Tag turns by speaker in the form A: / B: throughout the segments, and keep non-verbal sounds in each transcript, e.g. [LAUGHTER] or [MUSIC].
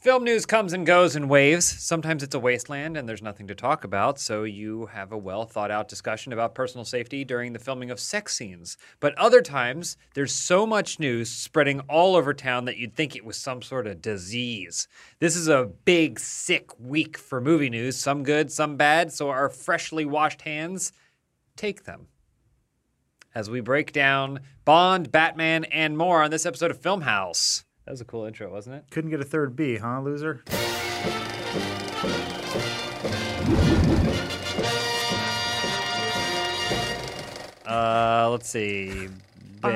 A: Film news comes and goes in waves. Sometimes it's a wasteland and there's nothing to talk about, so you have a well thought out discussion about personal safety during the filming of sex scenes. But other times, there's so much news spreading all over town that you'd think it was some sort of disease. This is a big, sick week for movie news, some good, some bad, so our freshly washed hands take them as we break down Bond, Batman, and more on this episode of Film House. That was a cool intro, wasn't it?
B: Couldn't get a third B, huh, loser?
A: Uh, let's see.
C: Bond,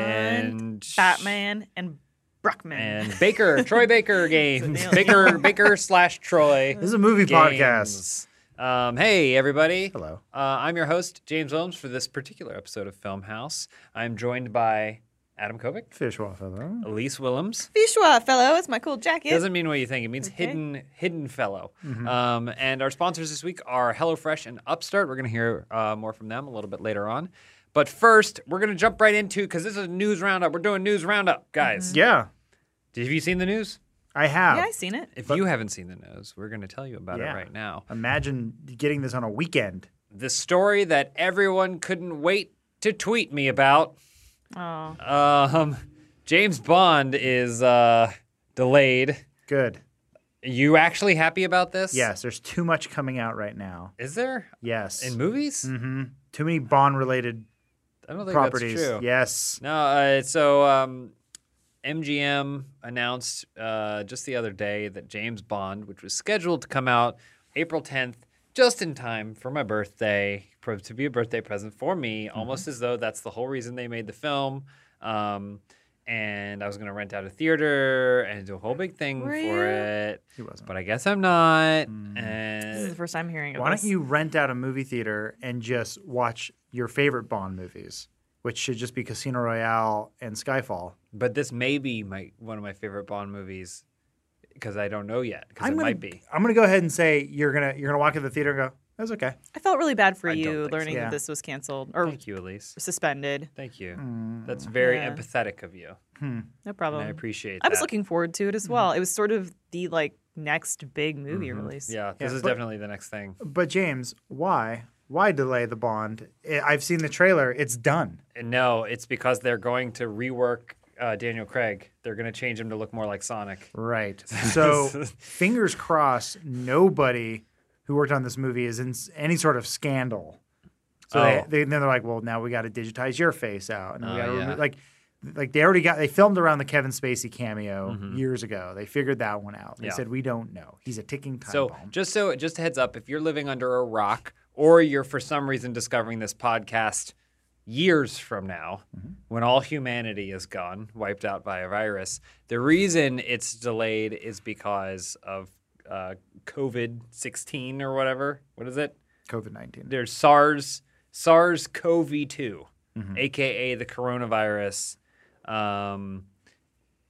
A: Bench
C: Batman, and Bruckman.
A: and Baker, Troy Baker
B: [LAUGHS]
A: games.
C: nailed it.
A: Baker, Baker slash Troy.
B: This is a movie podcast.
A: games. Um, hey, everybody.
B: Hello.
A: Uh, I'm your host, James Williams, for this particular episode of Film House. I'm joined by Adam Kovic,
B: Fish waffle. huh?
A: Elise Willems,
C: Fishwa fellow is my cool jacket.
A: Doesn't mean what you think. It means hidden, hidden fellow.
B: Mm-hmm.
A: Um, and our sponsors this week are HelloFresh and Upstart. We're going to hear uh, more from them a little bit later on. But first, we're going to jump right into because this is a news roundup. We're doing news roundup, guys.
B: Yeah,
A: Have you seen the news?
B: I have.
C: yeah, I seen it.
A: If you haven't seen the news, we're going to tell you about
B: Yeah.
A: it right now.
B: Imagine getting this on a weekend.
A: The story that everyone couldn't wait to tweet me about.
C: Oh,
A: Um, James Bond is uh, delayed.
B: Good.
A: you actually happy about this?
B: Yes, there's too much coming out right now.
A: Is there?
B: Yes.
A: In movies?
B: mm-hmm. Too many Bond related
A: I don't think
B: properties.
A: that's true.
B: Yes.
A: No, uh, so um, MGM announced uh, just the other day that James Bond, which was scheduled to come out April 10th, just in time for my birthday, pro- to be a birthday present for me,
C: Mm-hmm.
A: almost as though that's the whole reason they made the film. Um, and I was going to rent out a theater and do a whole big thing
C: Were
A: for
C: you?
A: it.
B: He wasn't. Mm.
A: But I guess I'm not.
C: this is the
A: And
C: first time hearing of
B: Why
C: this.
B: don't you rent out a movie theater and just watch your favorite Bond movies, which should just be Casino Royale and Skyfall?
A: but this may be my one of my favorite Bond movies because I don't know yet because it
B: gonna,
A: might be.
B: I'm gonna go ahead and say you're gonna you're gonna walk into the theater and go, that's okay.
C: I felt really bad for
A: I don't
C: you
A: think so.
C: learning
B: Yeah.
C: that this was canceled or
A: Thank you, Elise.
C: suspended.
A: Thank you. That's very
C: Mm, Yeah.
A: empathetic of you.
C: No
A: And
C: problem.
A: I appreciate
C: I was
A: that.
C: looking forward to it as well. It was sort of the like next big movie release.
A: Mm-hmm. Yeah, this
B: Yeah,
A: is
B: but-
A: definitely the next thing.
B: But James, why why delay the Bond? I- I've seen the trailer. It's done.
A: And no, it's because they're going to rework uh, Daniel Craig. They're going to change him to look more like Sonic. [LAUGHS]
B: Right. So fingers crossed, nobody who worked on this movie is in s- any sort of scandal. So
A: Oh.
B: they, they, then they're like, well, now we got to digitize your face out, and we
A: Oh,
B: got to
A: yeah.
B: remove like, like they already got they filmed around the Kevin Spacey cameo years ago. They figured that one out. They
A: Mm-hmm. Yeah.
B: said we don't know. He's a ticking time
A: So
B: bomb.
A: just so just a heads up, if you're living under a rock or you're for some reason discovering this podcast years from now,
C: Mm-hmm.
A: when all humanity is gone, wiped out by a virus, the reason it's delayed is because of uh, COVID sixteen or whatever. What is it?
B: COVID nineteen.
A: there's SARS SARS CoV 2 aka the coronavirus, um,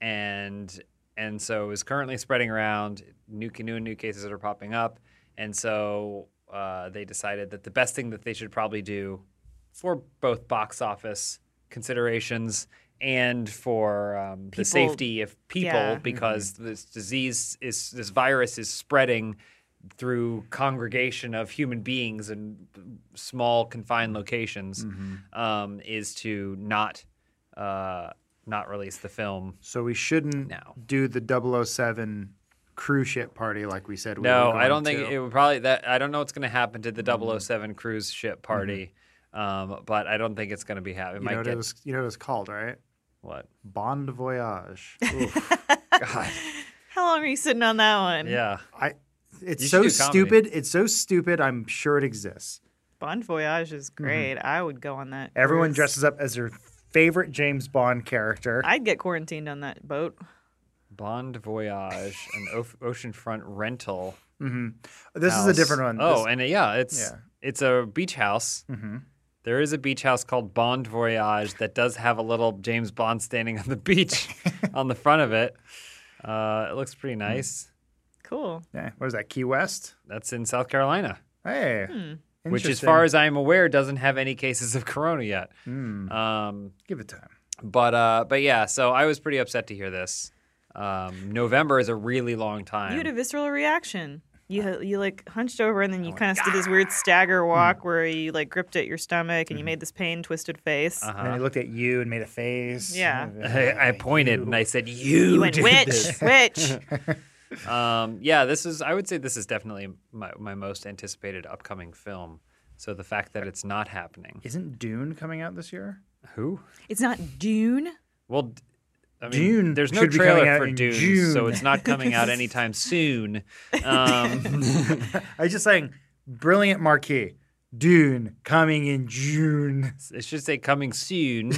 A: and and so is currently spreading around. New new new cases that are popping up, and so uh, they decided that the best thing that they should probably do for both box office considerations and for um, the
C: People-
A: safety of people
C: yeah.
B: Mm-hmm.
A: because this disease is this virus is spreading through congregation of human beings in small confined locations
B: Mm-hmm.
A: um, is to not uh, not release the film.
B: So we shouldn't
A: No.
B: do the 007 cruise ship party like we said. We
A: No,
B: were
A: I don't
B: going
A: think
B: to. Mm-hmm.
A: it would probably that I don't know what's going to happen to the 007 cruise ship party. Um, but I don't think it's going to be happening. It
B: You know,
A: might
B: what
A: get
B: it was, you know what it was called, right?
A: what? [LAUGHS]
B: Bond Voyage.
A: God.
C: How long are you sitting on that one?
A: Yeah.
B: I. It's
A: You should
B: so
A: do comedy.
B: stupid. It's so stupid. I'm sure it exists.
C: Bond Voyage is
A: Mm-hmm.
C: great. I would go on that.
B: Everyone
C: cruise.
B: dresses up as their favorite James Bond character.
C: I'd get quarantined on that boat.
A: Bond Voyage, an o- oceanfront rental.
B: this is a
A: house.
B: different one.
A: Oh,
B: This-
A: and uh, yeah, it's
B: Yeah. Mm-hmm.
A: it's a beach house. There is a beach house called Bond Voyage that does have a little James Bond standing [LAUGHS] on the
B: [LAUGHS]
A: beach on the front of it. Uh, it looks pretty
B: Hmm.
A: nice.
C: Cool.
B: yeah, eh, what is that? Key West.
A: That's in South Carolina,
B: Hey,
A: Hmm. which, as
B: interesting.
A: far as I am aware, doesn't have any cases of corona yet. Um,
B: Hmm, give it time.
A: but uh, but yeah, so I was pretty upset to hear this. Um, November is a really long time. Uh, oh
C: You had a visceral reaction. You ha- you like hunched over and then you kind of did this weird stagger
A: Hmm.
C: walk where you like gripped at your stomach and you made this pain twisted face.
A: Uh-huh.
B: And then he looked at you and made a face.
C: Yeah.
A: [LAUGHS] [LAUGHS] I, I pointed and I said, "You,
C: you went
A: did
C: witch,
A: this."
C: witch.
A: [LAUGHS] Um, yeah, this is. I would say this is definitely my, my most anticipated upcoming film. So the fact that it's not happening.
B: Isn't Dune coming out
A: [LAUGHS]
B: this year?
A: Who?
C: It's not Dune.
A: Well, d- I mean,
B: Dune
A: there's no
B: should be coming
A: trailer
B: out
A: for
B: in
A: Dune, so
B: June.
A: it's not coming
B: [LAUGHS]
A: out anytime soon. Um, [LAUGHS]
B: I was just saying, brilliant marquee. Dune coming in June. [LAUGHS]
A: it should say coming soon,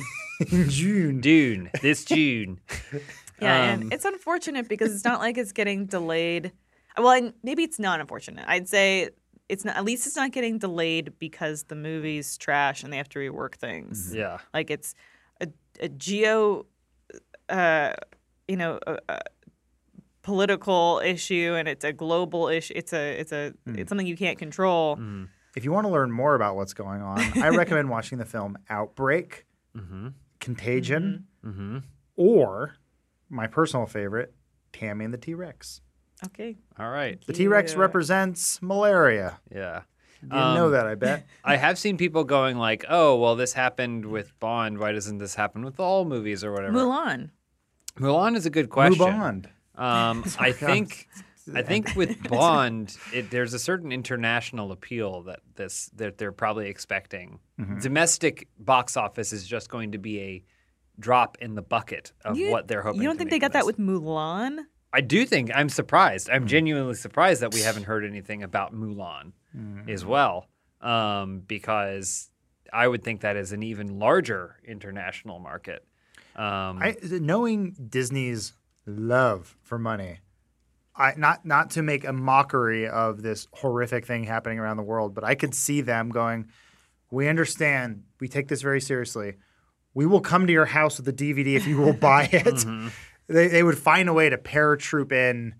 B: In June.
A: Dune, this
B: [LAUGHS]
A: June.
C: Yeah,
A: Um,
C: and it's unfortunate because it's not like it's getting delayed. Well, and maybe it's not unfortunate. I'd say it's not. At least it's not getting delayed because the movie's trash and they have to rework things.
A: Yeah,
C: Like it's a, a geo, uh, you know, a, a political issue, and it's a global issue. It's a it's a
A: Hmm.
C: it's something you can't control.
B: If you want to learn more about what's going on,
A: [LAUGHS]
B: I recommend watching the film Outbreak,
A: Mm-hmm.
B: Contagion, or my personal favorite, Tammy and the T Rex.
C: Okay,
A: all right.
B: The T Rex
C: Yeah.
B: represents malaria.
A: Yeah. Um,
B: You know that, I bet.
A: I have seen people going like, "Oh, well, this happened with Bond. Why doesn't this happen with all movies or whatever?"
C: Mulan.
A: Mulan is a good [LAUGHS] question.
B: Move on. [LAUGHS]
A: Um,
B: Oh
A: I think I
C: [LAUGHS]
A: think with Bond, it, there's a certain international appeal that this that they're probably expecting.
C: Mm-hmm.
A: Domestic box office is just going to be a drop in the bucket of
C: You-
A: what they're hoping.
C: You don't
A: to
C: think
A: make
C: they
A: of
C: got that
A: this.
C: with Mm-hmm. Mulan?
A: I do think I'm surprised. I'm genuinely surprised that we haven't
C: [SIGHS]
A: heard anything about Mulan
B: Hmm.
A: as
C: Mm-hmm.
A: well, um, because I would think that is an even larger international market. Um,
B: I, knowing Disney's love for money, I not not to make a mockery of this horrific thing happening around the world, but I could see them going, "We understand. We take this very seriously. We will come to your house with the DVD if you will buy it." They they would find a way to paratroop in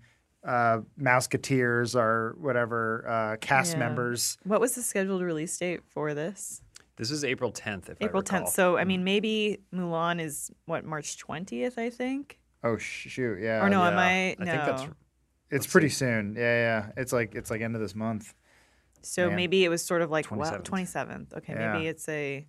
B: uh, Mouseketeers or whatever uh, cast
C: Yeah.
B: members.
C: What was the scheduled release date for this?
A: this is April 10th, if
C: April
A: I recall. Hmm.
C: 10th. So, I mean, maybe Mulan is what, March 20th, I think?
B: Oh shoot, yeah.
C: Or no, am
A: Uh, Yeah,
C: I?
A: I
C: No.
A: think that's
B: it's pretty soon. Yeah, yeah. It's like it's like end of this month.
C: so
B: man.
C: maybe it was sort of like, 27th.
A: 27th.
C: 27th. Okay,
B: Yeah.
C: maybe it's a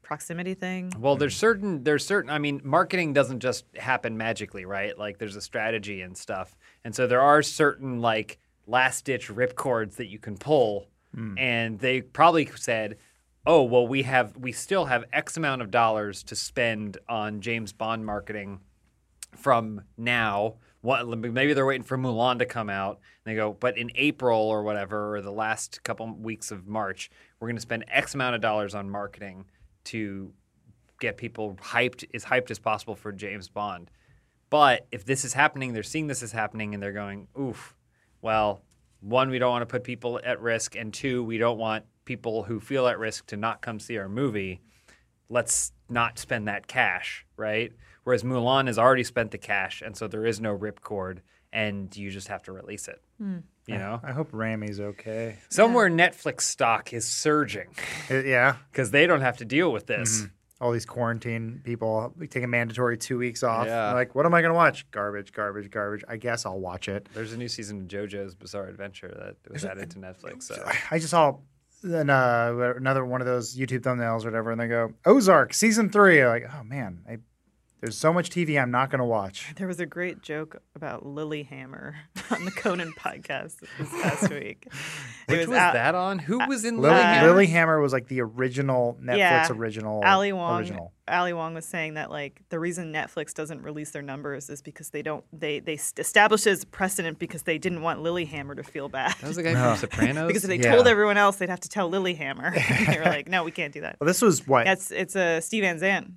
C: proximity thing.
A: Well, there's certain there's certain I mean, marketing doesn't just happen magically, right? Like there's a strategy and stuff. And so there are certain like last ditch rip cords that you can pull and they probably said, "Oh, well we have we still have X amount of dollars to spend on James Bond marketing from now. What, maybe they're waiting for Mulan to come out. And they go, but in April or whatever, or the last couple weeks of March, we're going to spend X amount of dollars on marketing to get people hyped, as hyped as possible for James Bond. But if this is happening, they're seeing this is happening, and they're going, oof, well, one, we don't want to put people at risk, and two, we don't want people who feel at risk to not come see our movie let's not spend that cash, right? Whereas Mulan has already spent the cash, and so there is no ripcord, and you just have to release it.
C: Hmm.
A: You know,
B: I hope Rami's okay.
A: somewhere Netflix stock is surging [LAUGHS]
B: Uh, yeah.
A: because they don't have to deal with this.
B: all these quarantine people taking mandatory two weeks off.
A: Yeah.
B: Like, what am I going to watch? Garbage, garbage, garbage. I guess I'll watch it.
A: There's a new season of JoJo's Bizarre Adventure that was added to Netflix. So.
B: I just saw an, uh, another one of those YouTube thumbnails or whatever, and they go, Ozark season 3 You're like, oh man, I, there's so much TV I'm not going to watch.
C: There was a great joke about Lilyhammer [LAUGHS] on the Conan podcast this
B: [LAUGHS]
C: past week.
A: Which was,
C: Al-
A: that on? Who was in
B: Lily,
A: Lilyhammer?
B: Lilyhammer was like the original Netflix
C: Yeah.
B: original.
C: Ali Wong,
B: Original.
C: Ali Wong was saying that like the reason Netflix doesn't release their numbers is because they don't they they s- established it as a precedent because they didn't want Lilyhammer to feel bad.
A: That was the guy from Sopranos.
C: because if they
B: Yeah.
C: told everyone else, they'd have to tell Lilyhammer. [LAUGHS] they were like, no, we can't
B: [LAUGHS]
C: do that.
B: Well, this was what?
C: That's it's a Steve Van Zandt.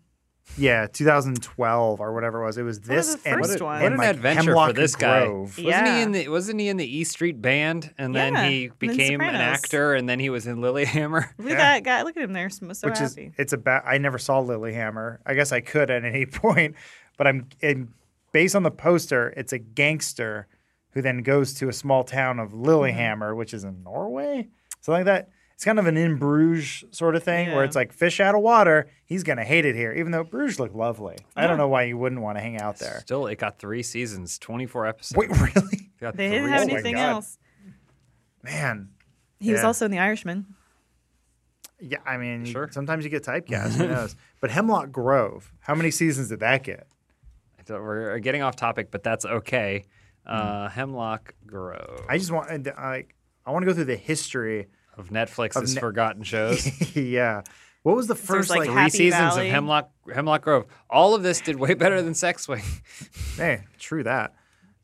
B: yeah, 2012 or whatever it was. It was this
C: the
B: and,
C: first
B: and,
C: one.
A: what an
B: like,
A: adventure
B: Hemlock
A: for this
B: and
A: guy!
B: Grove.
A: Wasn't he
C: Yeah.
A: in the Wasn't he in the E Street Band? And then
C: Yeah,
A: he
C: and then
A: became an
C: Sopranos.
A: actor, and then he was in Lilyhammer.
C: Look at that guy. Look at him there. So, so
B: which
C: happy.
B: is it's about i never saw lilyhammer i guess i could at any [LAUGHS] point but i'm and based on the poster it's a gangster who then goes to a small town of lilyhammer which is in norway something like that it's kind of an in Bruges sort of thing where
C: Yeah.
B: it's like fish out of water. He's gonna hate it here, even though Bruges looked lovely. I don't know why you wouldn't want to hang out there.
A: Still, it got three seasons, 24 episodes.
B: Wait, [LAUGHS] really?
A: It got
C: They
A: three
C: didn't have
B: Oh my
C: anything
B: God.
C: else.
B: Man,
C: He was
B: Yeah.
C: also in The Irishman.
B: yeah. I mean, you-
A: Sure.
B: sometimes you get typecast. Who knows? But Hemlock Grove, how many seasons did that get?
A: So We're getting off topic, but that's okay. Uh, Hemlock Grove
B: Hmm. I just want uh, like I want to go through the history. [LAUGHS]
A: of Netflix's
B: of Ne-
A: forgotten
B: [LAUGHS]
A: shows.
B: yeah. What was the
C: There's,
B: first
C: like,
B: like?
A: Three
C: Happy
A: seasons
C: Valley.
A: of Hemlock Hemlock Grove. All of this did way better than Sex Wing.
B: hey, true that.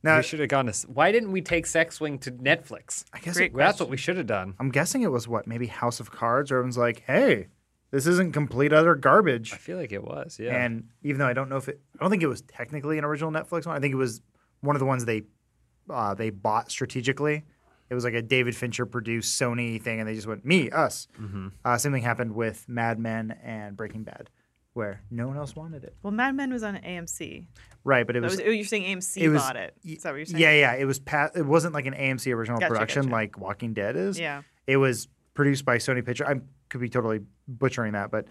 B: Now
A: we should have gone to. s- Why didn't we take Sex Wing to Netflix?
B: I guess
C: Great
B: it,
A: Well, That's what we should have done.
B: I'm guessing it was what maybe House of Cards. Where everyone's like, hey, this isn't complete utter garbage.
A: I feel like it was. Yeah.
B: And even though I don't know if it, I don't think it was technically an original Netflix one. I think it was one of the ones they uh, they bought strategically. It was like a David Fincher produced Sony thing, and they just went me us. Uh, same thing happened with Mad Men and Breaking Bad, where no one else wanted it.
C: Well, Mad Men was on AMC.
B: Right, but it
C: That
B: was
C: was, oh, you're saying AMC
B: it was-
C: bought it. Is that what you're saying?
B: yeah, yeah. It was pa- It wasn't like an AMC original
C: Gotcha,
B: production
C: gotcha.
B: like Walking Dead is.
C: Yeah.
B: It was produced by Sony Pictures. I could be totally butchering that, but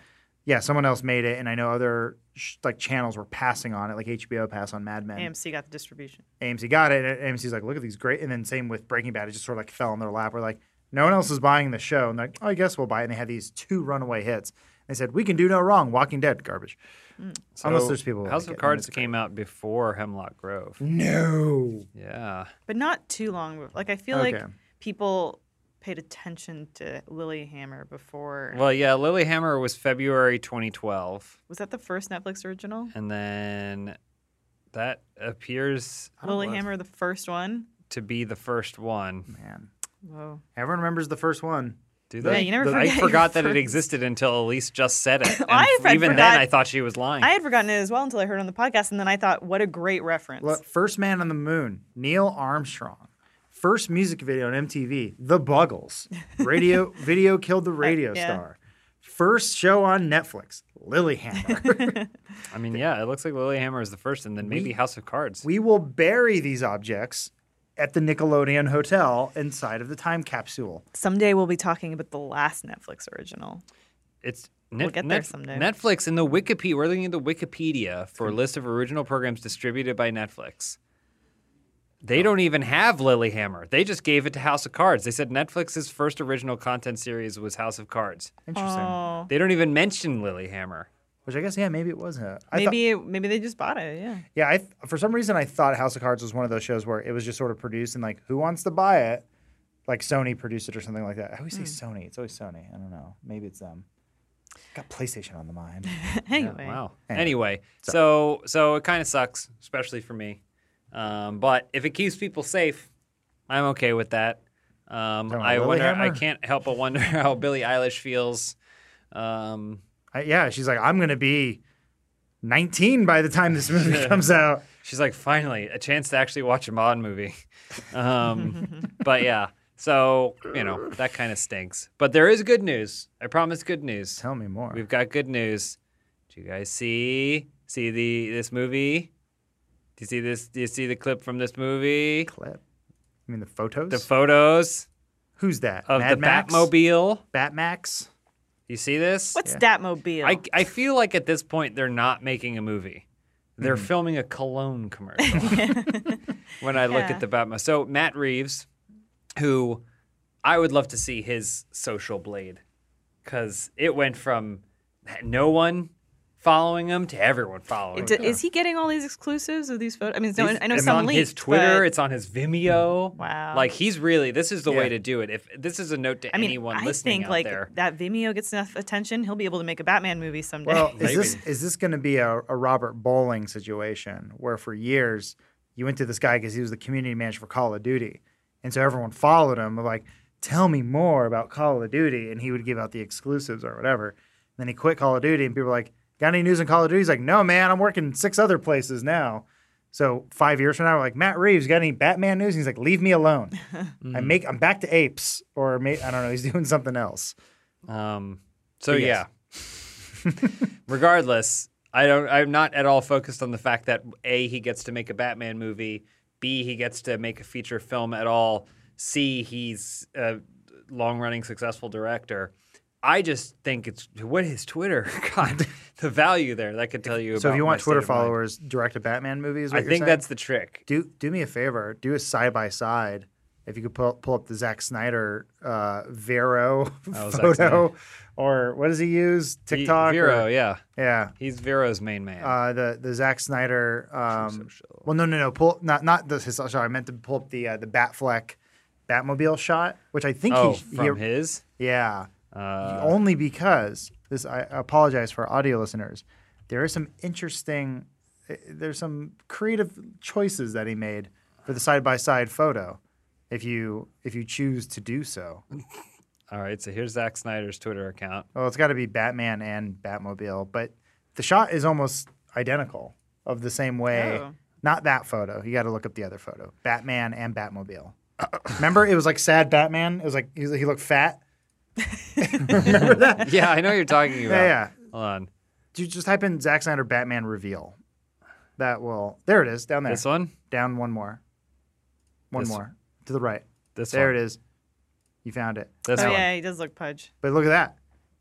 B: yeah, someone else made it, and I know other sh- like channels were passing on it, like HBO passed on Mad Men.
C: AMC got the distribution.
B: AMC got it. And AMC's like, look at these great. And then same with Breaking Bad. It just sort of like fell in their lap. We're like, no one else is buying the show. And they're like, oh, I guess we'll buy it. And they had these two runaway hits. They said, we can do no wrong. Walking Dead, garbage. Unless there's people. who
A: House
B: like
A: of
B: it, and
A: Cards
B: it's-
A: came out before Hemlock Grove.
B: No.
A: Yeah.
C: But not too long. bef- Like I feel like
B: Okay.
C: people paid attention to Lilyhammer before.
A: Well, yeah. Lilyhammer was February 2012,
C: was that the first Netflix original?
A: and then that appears
B: I don't know.
C: Lilyhammer, the first one.
A: to be the first one.
B: Man.
C: Whoa.
B: Everyone remembers the first one.
A: Do
C: Yeah,
A: they?
C: you never
A: I
C: forget your
A: forgot that it
C: first-
A: existed until Elise just said
C: [LAUGHS]
A: it. And
C: I had
A: even
C: forgot-
A: then, I thought she was lying.
C: I had forgotten it as well until I heard it on the podcast, and then I thought, what a great reference.
B: Look, first man on the moon, Neil Armstrong. First music video on MTV, The Buggles.
C: [LAUGHS]
B: Radio video killed the radio
C: yeah.
B: star. First show on Netflix,
C: [LAUGHS]
B: Lilyhammer.
A: I mean, yeah, it looks like Lilyhammer is the first, and then maybe House of Cards.
B: We will bury these objects at the Nickelodeon Hotel inside of the time capsule.
C: Someday we'll be talking about the last Netflix original.
A: it's
C: We'll get there someday.
A: Netflix and the Wikipedia. We're looking at the Wikipedia for a list of original programs distributed by Netflix. They
C: Oh.
A: don't even have Lilyhammer. They just gave it to House of Cards. They said Netflix's first original content series was House of Cards.
B: Interesting.
C: Oh,
A: They don't even mention Lilyhammer.
B: Which I guess, yeah, maybe it was. A, I thought-
C: maybe maybe they just bought it. Yeah.
B: yeah, I, th- for some reason, I thought House of Cards was one of those shows where it was just sort of produced and like, who wants to buy it? Like Sony produced it or something like that. I always
A: Hmm.
B: say Sony. It's always Sony. I don't know. Maybe it's them. Got PlayStation on the mind.
C: Anyway,
A: Wow. Anyway, so so it kind of sucks, especially for me. Um, but if it keeps people safe, I'm okay with that. Um,
B: about
A: I wonder. I
B: Lilyhammer?
A: can't help but wonder [LAUGHS] how Billie Eilish feels. Um,
B: I, yeah, she's like, I'm going to be 19 by the time this movie
A: [LAUGHS]
B: comes out.
A: she's like, finally, a chance to actually watch a mod movie. [LAUGHS] Um, but yeah, so you know that kind of stinks. But there is good news. I promise, good news.
B: Tell me more.
A: We've got good news. Do you guys see see the this movie? Do you see this? Do you see the clip from this movie?
B: clip. I mean, the photos.
A: The photos
B: Who's that?
A: of
B: Mad
A: the
B: Max?
A: Batmobile.
B: Batmax.
A: You see this?
C: what's Datmobile?
A: I I feel like at this point they're not making a movie. They're
C: Mm-hmm.
A: filming a cologne
C: [LAUGHS]
A: commercial. [LAUGHS] when I look
C: Yeah.
A: at the Batmobile, so Matt Reeves, who I would love to see his social blade, because it went from no one following him to everyone following.
C: It-
A: him.
C: Is he getting all these exclusives of these photos? I mean, it's no,
A: It's-
C: I know
A: it's
C: some
A: on
C: leaked,
A: his Twitter.
C: but-
A: It's on his Vimeo.
C: Wow.
A: Like he's really this is the way
B: Yeah.
A: to do it. If this is a note to
C: I mean,
A: anyone
C: I
A: listening
C: think
A: out
C: like
A: there,
C: that Vimeo gets enough attention, he'll be able to make a Batman movie someday.
B: Well,
A: [LAUGHS]
B: is
C: [LAUGHS]
A: Maybe.
B: this is this going to be a, a Robert Bowling situation where for years you went to this guy because he was the community manager for Call of Duty, and so everyone followed him like, "Tell me more about Call of Duty," and he would give out the exclusives or whatever. And then he quit Call of Duty, and people were like, "Got any news on Call of Duty?" He's like, "No, man, I'm working six other places now." So five years from now, we're like, "Matt Reeves, got any Batman news?" And he's like, "Leave me
A: [LAUGHS]
B: alone.
A: Hmm.
B: I make I'm back to apes, or may, I don't know. He's [LAUGHS] doing something else."
C: uh,
A: um, so
B: But yes.
A: yeah. [LAUGHS] Regardless, I don't. I'm not at all focused on the fact that a he gets to make a Batman movie, b he gets to make a feature film at all, c he's uh, long running successful director. I just think it's what is Twitter? [LAUGHS] God, the value there that could tell you.
B: So
A: about
B: if you
A: my
B: want
A: state
B: Twitter
A: of mind.
B: followers, direct a Batman movie is what
A: I
B: you're
A: think
B: saying?
A: that's the trick.
B: do do me a favor. Do a side by side. If you could pull, pull up the Zack Snyder uh, Vero [LAUGHS]
A: Oh, Zack
B: photo, or what does he use?
A: He-
B: TikTok. or-
A: Vero, yeah,
B: yeah.
A: he's Vero's main man.
B: Uh, the the Zack Snyder. Um,
A: social.
B: well, no, no, no. Pull not not the his, sorry. I meant to pull up the uh, the Batfleck Batmobile shot, which I think
A: oh,
B: he,
A: from
B: he-
A: his.
B: yeah.
A: Uh,
B: only because this I apologize for audio listeners. There is some interesting eh, there's some creative choices that he made for the side by side photo if you if you choose to do so.
A: all right, so here's Zack Snyder's Twitter account. [LAUGHS]
B: Well, it's got to be Batman and Batmobile, but the shot is almost identical of the same way.
C: Oh.
B: Not that photo. You got to look up the other photo. Batman and Batmobile. Remember, it was like sad Batman. It was like he was- he looked fat.
A: yeah, I know what you're talking about.
B: yeah.
A: Hold on,
B: Dude, just type in Zack Snyder Batman reveal. That will. There it is. Down there.
A: this one,
B: Down one more. One
A: This-
B: more. To the right.
A: this
B: there
A: one,
B: it is. You found it.
A: this
C: oh
A: one.
C: yeah, he does look pudge.
B: But look at that.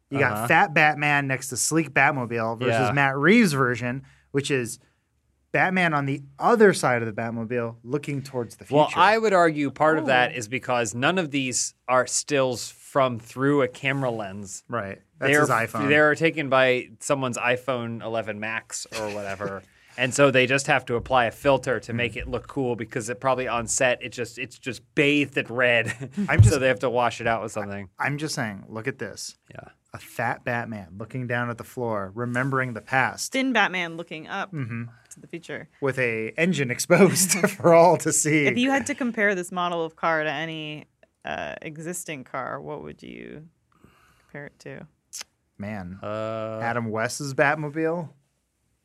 B: You
A: Uh-huh.
B: got Fat Batman next to Sleek Batmobile versus
A: Yeah.
B: Matt Reeves' version, which is Batman on the other side of the Batmobile looking towards the future.
A: Well, I would argue part of that is because none of these are stills from through a camera lens.
B: Right. That's his iPhone.
A: They're taken by someone's iPhone 11 Max or whatever.
B: [LAUGHS]
A: and so they just have to apply a filter to make it look cool because it probably on set it just it's just bathed in red.
B: I'm
A: [LAUGHS] so
B: just-
A: they have to wash it out with something.
B: I'm just saying, look at this.
A: Yeah.
B: A fat Batman looking down at the floor, remembering the past.
C: Thin Batman looking up
A: Mm-hmm.
C: to the future.
B: with a engine exposed [LAUGHS] for all to see.
C: If you had to compare this model of car to any uh, existing car, what would you compare it to?
B: Man,
A: Uh,
B: Adam West's Batmobile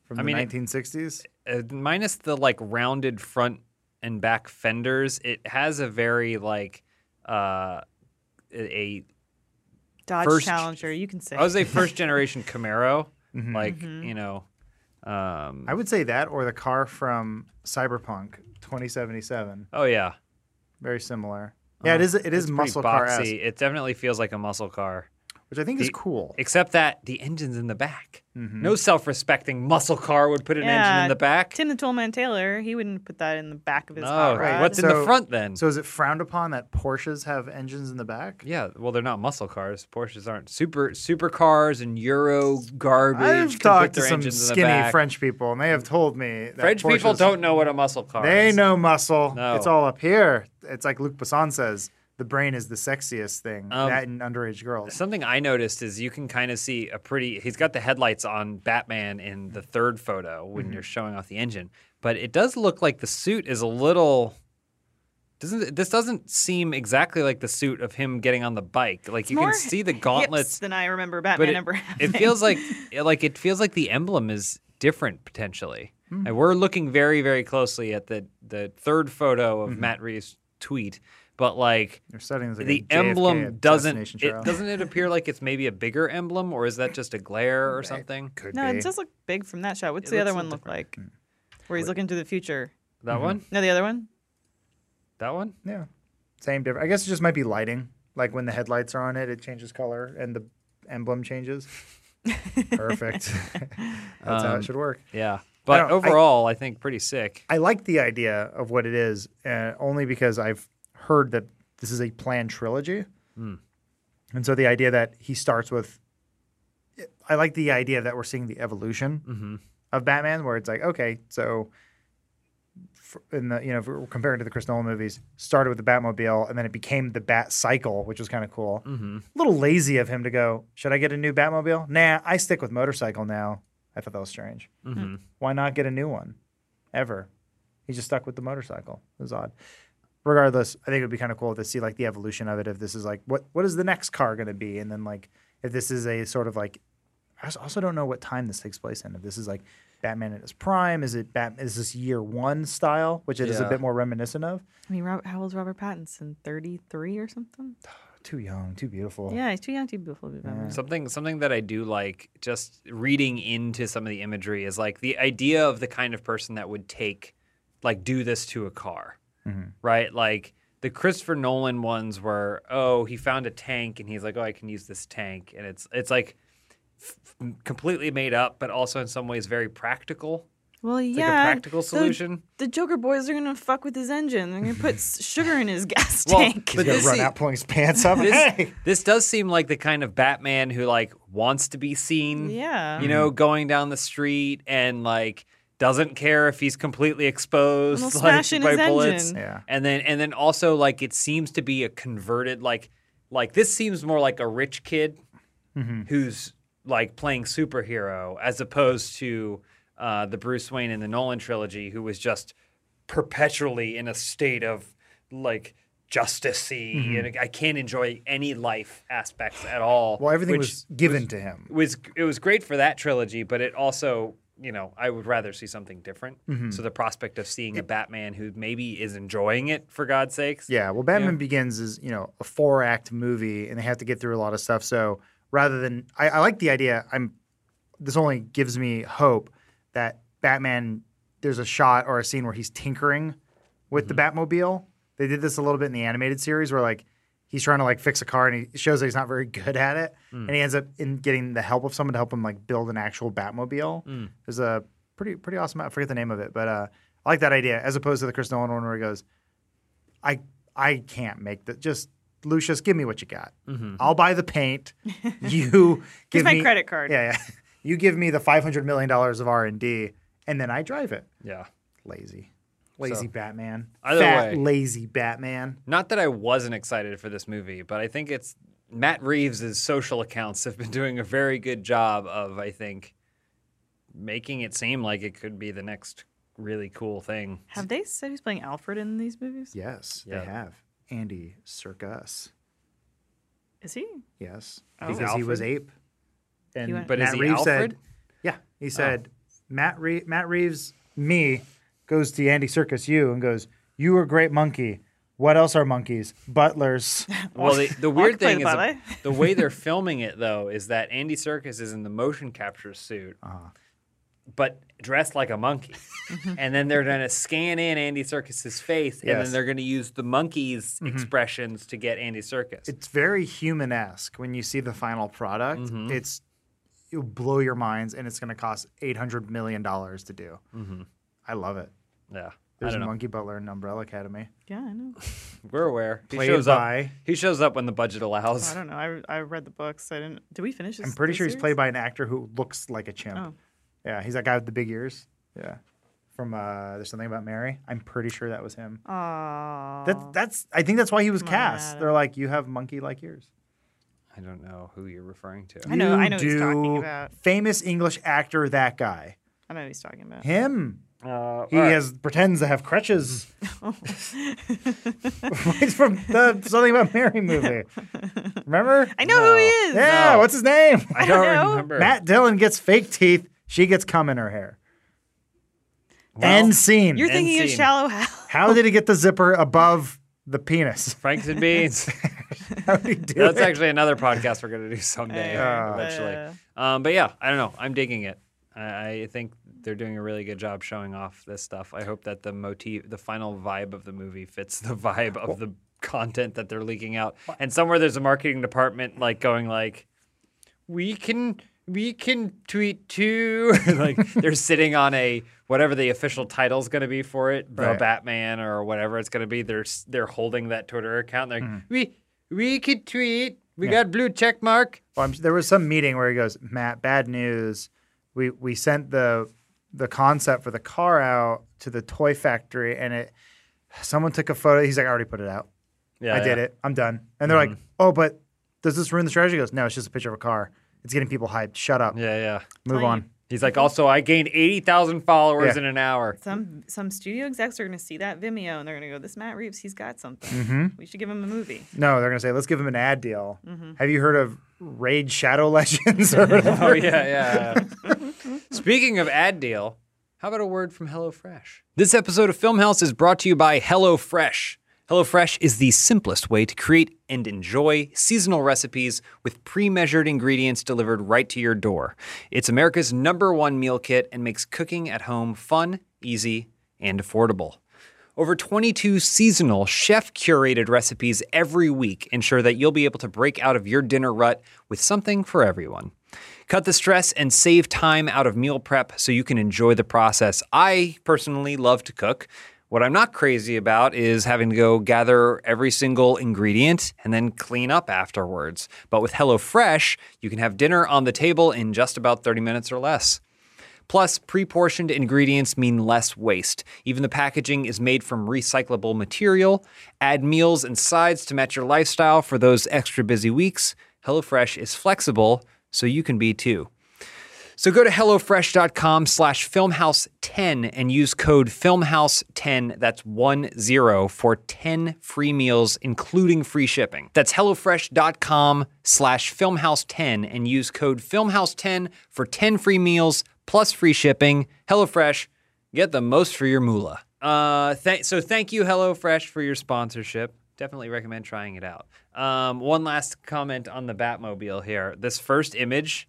B: from
A: I
B: the
A: mean, it-
B: 1960s.
A: uh, minus the like rounded front and back fenders, it has a very like uh a
C: Dodge
A: First-
C: Challenger, you can say.
A: I was a first
B: [LAUGHS]
A: generation Camaro,
B: Mm-hmm.
A: like
C: Mhm.
A: you know, um,
B: I would say that or the car from Cyberpunk 2077.
A: oh yeah,
B: Very similar. Yeah, it is. It is
A: Uh, It's pretty
B: muscle car
A: boxy. It definitely feels like a muscle car,
B: which I think is
A: The-
B: cool.
A: except that the engine's in the back.
B: Mm-hmm.
A: No self-respecting muscle car would put an engine
C: Yeah,
A: in the back.
C: Tim the Toolman Taylor, he wouldn't put that in the back of his
A: no,
C: hot
A: right.
C: rod.
A: what's in the
B: So-
A: front then?
B: So is it frowned upon that Porsches have engines in the back?
A: yeah, well, they're not muscle cars. Porsches aren't super supercars and Euro garbage. can
B: I've
A: put
B: talked to
A: their
B: some
A: engines in the
B: skinny
A: back.
B: French people, and they have told me that
A: French people
B: Porsches-
A: don't know what a muscle car
B: They
A: is.
B: know muscle.
A: No.
B: It's all up here. It's like Luc Besson says, the brain is the sexiest thing.
A: Um,
B: that and underage girls.
A: Something I noticed is you can kind of see a pretty. He's got the headlights on Batman in the third photo when
B: Mm-hmm.
A: you're showing off the engine, but it does look like the suit is a little. Doesn't it- this doesn't seem exactly like the suit of him getting on the bike? Like you can
C: more
A: see the
C: Hips
A: gauntlets,
C: than I remember
A: but
C: Batman
A: it,
B: [LAUGHS]
C: number.
A: it
C: having.
A: feels like like it feels like the emblem is different potentially.
B: Hmm.
A: And we're looking very very closely at the the third photo of Matt Reeves' tweet, but like
B: They're studying this Mm-hmm. like
A: the
B: a JFK
A: emblem doesn't
B: assassination
A: it
B: trial.
A: doesn't it appear like it's maybe a bigger emblem or is that just a glare or something
B: Could
C: no,
B: be.
C: it does look big from that shot. What's
A: It
C: the other
A: looks Hmm. a
C: one look like? Where he's looking to the future.
A: that
B: Mm-hmm.
A: one
C: No, the other one.
A: that one
B: yeah. Same difference. I guess it just might be lighting. Like when the headlights are on it, it changes color and the emblem
C: [LAUGHS]
B: changes. Perfect. [LAUGHS] That's how
A: Um,
B: it should work.
A: yeah
B: don't-
A: but
B: I-
A: overall I, think pretty sick
B: I like the idea of what it is, uh, only because I've heard that this is a planned trilogy, and so the idea that he starts with, I like the idea that we're seeing the evolution of Batman, where it's like, okay, so f- in the you know if we're comparing to the Chris Nolan movies, started with the Batmobile, and then it became the Bat Cycle, which was kind of cool. A little lazy of him to go, should I get a new Batmobile? Nah, I stick with motorcycle now. I thought that was strange.
A: Mm-hmm.
B: Why not get a new one? ever. He just stuck with the motorcycle. It was odd. Regardless, I think it would be kind of cool to see like the evolution of it. If this is like what what is the next car going to be, and then like if this is a sort of like I als- also don't know what time this takes place in. If this is like Batman in his prime, is it Bat? Is this year one style, which it is
A: Yeah.
B: a bit more reminiscent of?
C: I mean, Robert, how old's Robert Pattinson? Thirty-three or something?
B: Too young, too beautiful.
C: Yeah, he's too young, too beautiful to be Batman.
A: something something that I do like just reading into some of the imagery is like the idea of the kind of person that would take like do this to a car. Right? Like The Christopher Nolan ones were, oh, he found a tank and he's like, oh, I can use this tank, and it's it's like f- f- completely made up, but also in some ways very practical.
C: Well,
A: It's
C: yeah.
A: like a practical
C: so [LAUGHS]
A: solution.
C: the Joker boys are gonna fuck with his engine. They're gonna put s- sugar in his gas
A: Well,
C: tank. [LAUGHS]
A: but
B: He's gonna
A: this
B: run
A: is-
B: out, pulling his pants up.
A: this,
B: hey,
A: this does seem like the kind of Batman who like wants to be seen.
C: yeah.
A: You
B: Mm-hmm.
A: know, going down the street and like doesn't care if he's completely exposed
C: Well,
A: [LAUGHS] like,
C: smash in
A: by
C: his
A: bullets.
C: engine.
B: Yeah.
A: And then and then also like it seems to be a converted like like this seems more like a rich kid
B: Mm-hmm.
A: who's like playing superhero as opposed to uh, the Bruce Wayne in the Nolan trilogy who was just perpetually in a state of like justice
B: Mm-hmm.
A: and I can't enjoy any life aspects at all.
B: well, everything
A: which
B: was given to him.
A: was it was great for that trilogy, but it also you know I would rather see something different. So the prospect of seeing a Batman who maybe is enjoying it for God's sakes,
B: Yeah, well, Batman Begins is you know a four act movie, and they have to get through a lot of stuff. So rather than I, I like the idea. I'm this only gives me hope that Batman there's a shot or a scene where he's tinkering with the Batmobile. They did this a little bit in the animated series where like he's trying to like fix a car and he shows that he's not very [LAUGHS] good at it, and he ends up in getting the help of someone to help him like build an actual Batmobile. There's a pretty pretty awesome. I forget the name of it, but uh, I like that idea as opposed to the Chris Nolan one where he goes. I I can't make the just Lucius, give me what you got. I'll buy the paint. You give
C: my
B: me
C: credit card.
B: Yeah, [LAUGHS] yeah. You give me the five hundred million dollars of R and D, and then I drive it.
A: yeah.
B: Lazy, lazy
A: So-
B: Batman.
A: Either
B: Fat,
A: way.
B: lazy Batman.
A: Not that I wasn't excited for this movie, but I think it's Matt Reeves' social accounts have been [LAUGHS] doing a very good job of I think making it seem like it could be the next really cool thing.
C: Have they said who's playing Alfred in these movies?
B: Yes,
A: Yeah.
B: they have Andy Circus.
C: Is he?
B: Yes,
A: Oh. He's
B: because he was
A: Alfred?
B: ape. And
C: He went-
A: But is
B: Matt
A: he
B: Reeves
A: Alfred?
B: Said, Oh. yeah, he said Matt Re- Matt Reeves me goes to Andy Circus you and goes you are a great monkey. What else are monkeys? [LAUGHS] Butlers.
A: Well, the, the weird
C: play
A: thing
C: the
A: is the-
C: ballet.
A: the way they're filming it, though, is that Andy Serkis is in the motion capture suit, but dressed like a monkey. and then they're going to scan in Andy Serkis's face, and then
B: Yes.
A: they're going to use the monkey's expressions to get Andy Serkis.
B: it's very human esque when you see the final product. It's it'll blow your minds, and it's going to cost eight hundred million dollars to do. Mm-hmm. I love it.
A: yeah, I
B: There's
A: don't know.
B: Monkey Butler in Umbrella Academy.
C: Yeah, I know.
A: We're aware. He
B: Played
A: shows up.
B: by-
A: He shows up when the budget
C: I
A: allows.
C: don't know. I, I read the books. I didn't. Did we finish? This,
B: I'm pretty
C: this
B: sure he's
C: series?
B: played by an actor who looks like a chimp.
C: Oh.
B: Yeah, he's that guy with the big ears. Yeah, from uh, there's something about Mary. I'm pretty sure that was him.
C: Aw.
B: That, that's I think that's why he was
C: Come on,
B: cast.
C: Adam.
B: They're like, you have monkey like ears.
A: I don't know who you're referring to.
C: I know- I
B: You
C: know what he's talking
B: do.
C: about.
B: Famous English actor, that guy.
C: I know what he's talking about.
B: Him.
A: Uh,
B: He
A: all right.
B: has pretends to have crutches. He's from the Something About Mary movie. Remember?
C: [LAUGHS] [LAUGHS] I know who he is.
B: Yeah,
A: No.
B: what's his name?
A: I don't
C: don't know.
A: remember.
B: Matt Dillon gets fake teeth. She gets cum in her hair. End scene.
C: You're thinking of
A: scene.
C: Shallow Hal.
B: How did he get the zipper above the penis? [LAUGHS]
A: Franks and Beans.
B: How did he do
A: That's
B: it?
A: actually another podcast we're going to do someday,
C: Uh,
A: eventually.
C: uh.
A: um, but yeah, I don't know. I'm digging it. I, I think they're doing a really good job showing off this stuff. I hope that the motif, the final vibe of the movie, fits the vibe of the content that they're leaking out. And somewhere there's a marketing department like going like, we can we can tweet too. [LAUGHS] like they're sitting on a whatever the official title's going to be for it, the
B: Right.
A: Batman or whatever it's going to be. They're s- they're holding that Twitter account. They're like, we we could tweet. We got blue check mark.
B: Well, I'm, there was some meeting where he goes, Matt, bad news. We we sent the the concept for the car out to the toy factory, and it someone took a photo. He's like, I already put it out.
A: Yeah,
B: I did
A: yeah. Mm-hmm.
B: it. I'm done. And they're like, oh, but does this ruin the strategy? He goes, no, it's just a picture of a car. It's getting people hyped. Shut up.
A: Yeah, yeah.
B: Move
C: Tell you.
B: on.
A: He's like, also, I gained eighty thousand followers
B: Yeah.
A: in an hour.
C: Some some studio execs are going to see that Vimeo and they're going to go, "This Matt Reeves, he's got something.
A: Mm-hmm.
C: We should give him a movie."
B: No, they're going to say, let's give him an ad deal. Have you heard of Raid Shadow Legends [LAUGHS] or whatever?
A: Oh yeah, yeah. yeah. Speaking of ad deal, how about a word from HelloFresh? This episode of Film House is brought to you by HelloFresh. HelloFresh is the simplest way to create and enjoy seasonal recipes with pre-measured ingredients delivered right to your door. It's America's number one meal kit and makes cooking at home fun, easy, and affordable. Over 22 seasonal chef curated recipes every week ensure that you'll be able to break out of your dinner rut with something for everyone. Cut the stress and save time out of meal prep so you can enjoy the process. I personally love to cook. What I'm not crazy about is having to go gather every single ingredient and then clean up afterwards. But with HelloFresh, you can have dinner on the table in just about 30 minutes or less. Plus, pre portioned ingredients mean less waste. Even the packaging is made from recyclable material. Add meals and sides to match your lifestyle for those extra busy weeks. HelloFresh is flexible, so you can be too. So go to HelloFresh.com slash FilmHouse10 and use code FilmHouse10, that's one zero, for 10 free meals, including free shipping. That's HelloFresh.com slash FilmHouse10 and use code FilmHouse10 for 10 free meals plus free shipping. HelloFresh, get the most for your moolah. Uh, th- so thank you, HelloFresh, for your sponsorship. Definitely recommend trying it out. Um, one last comment on the Batmobile here. This first image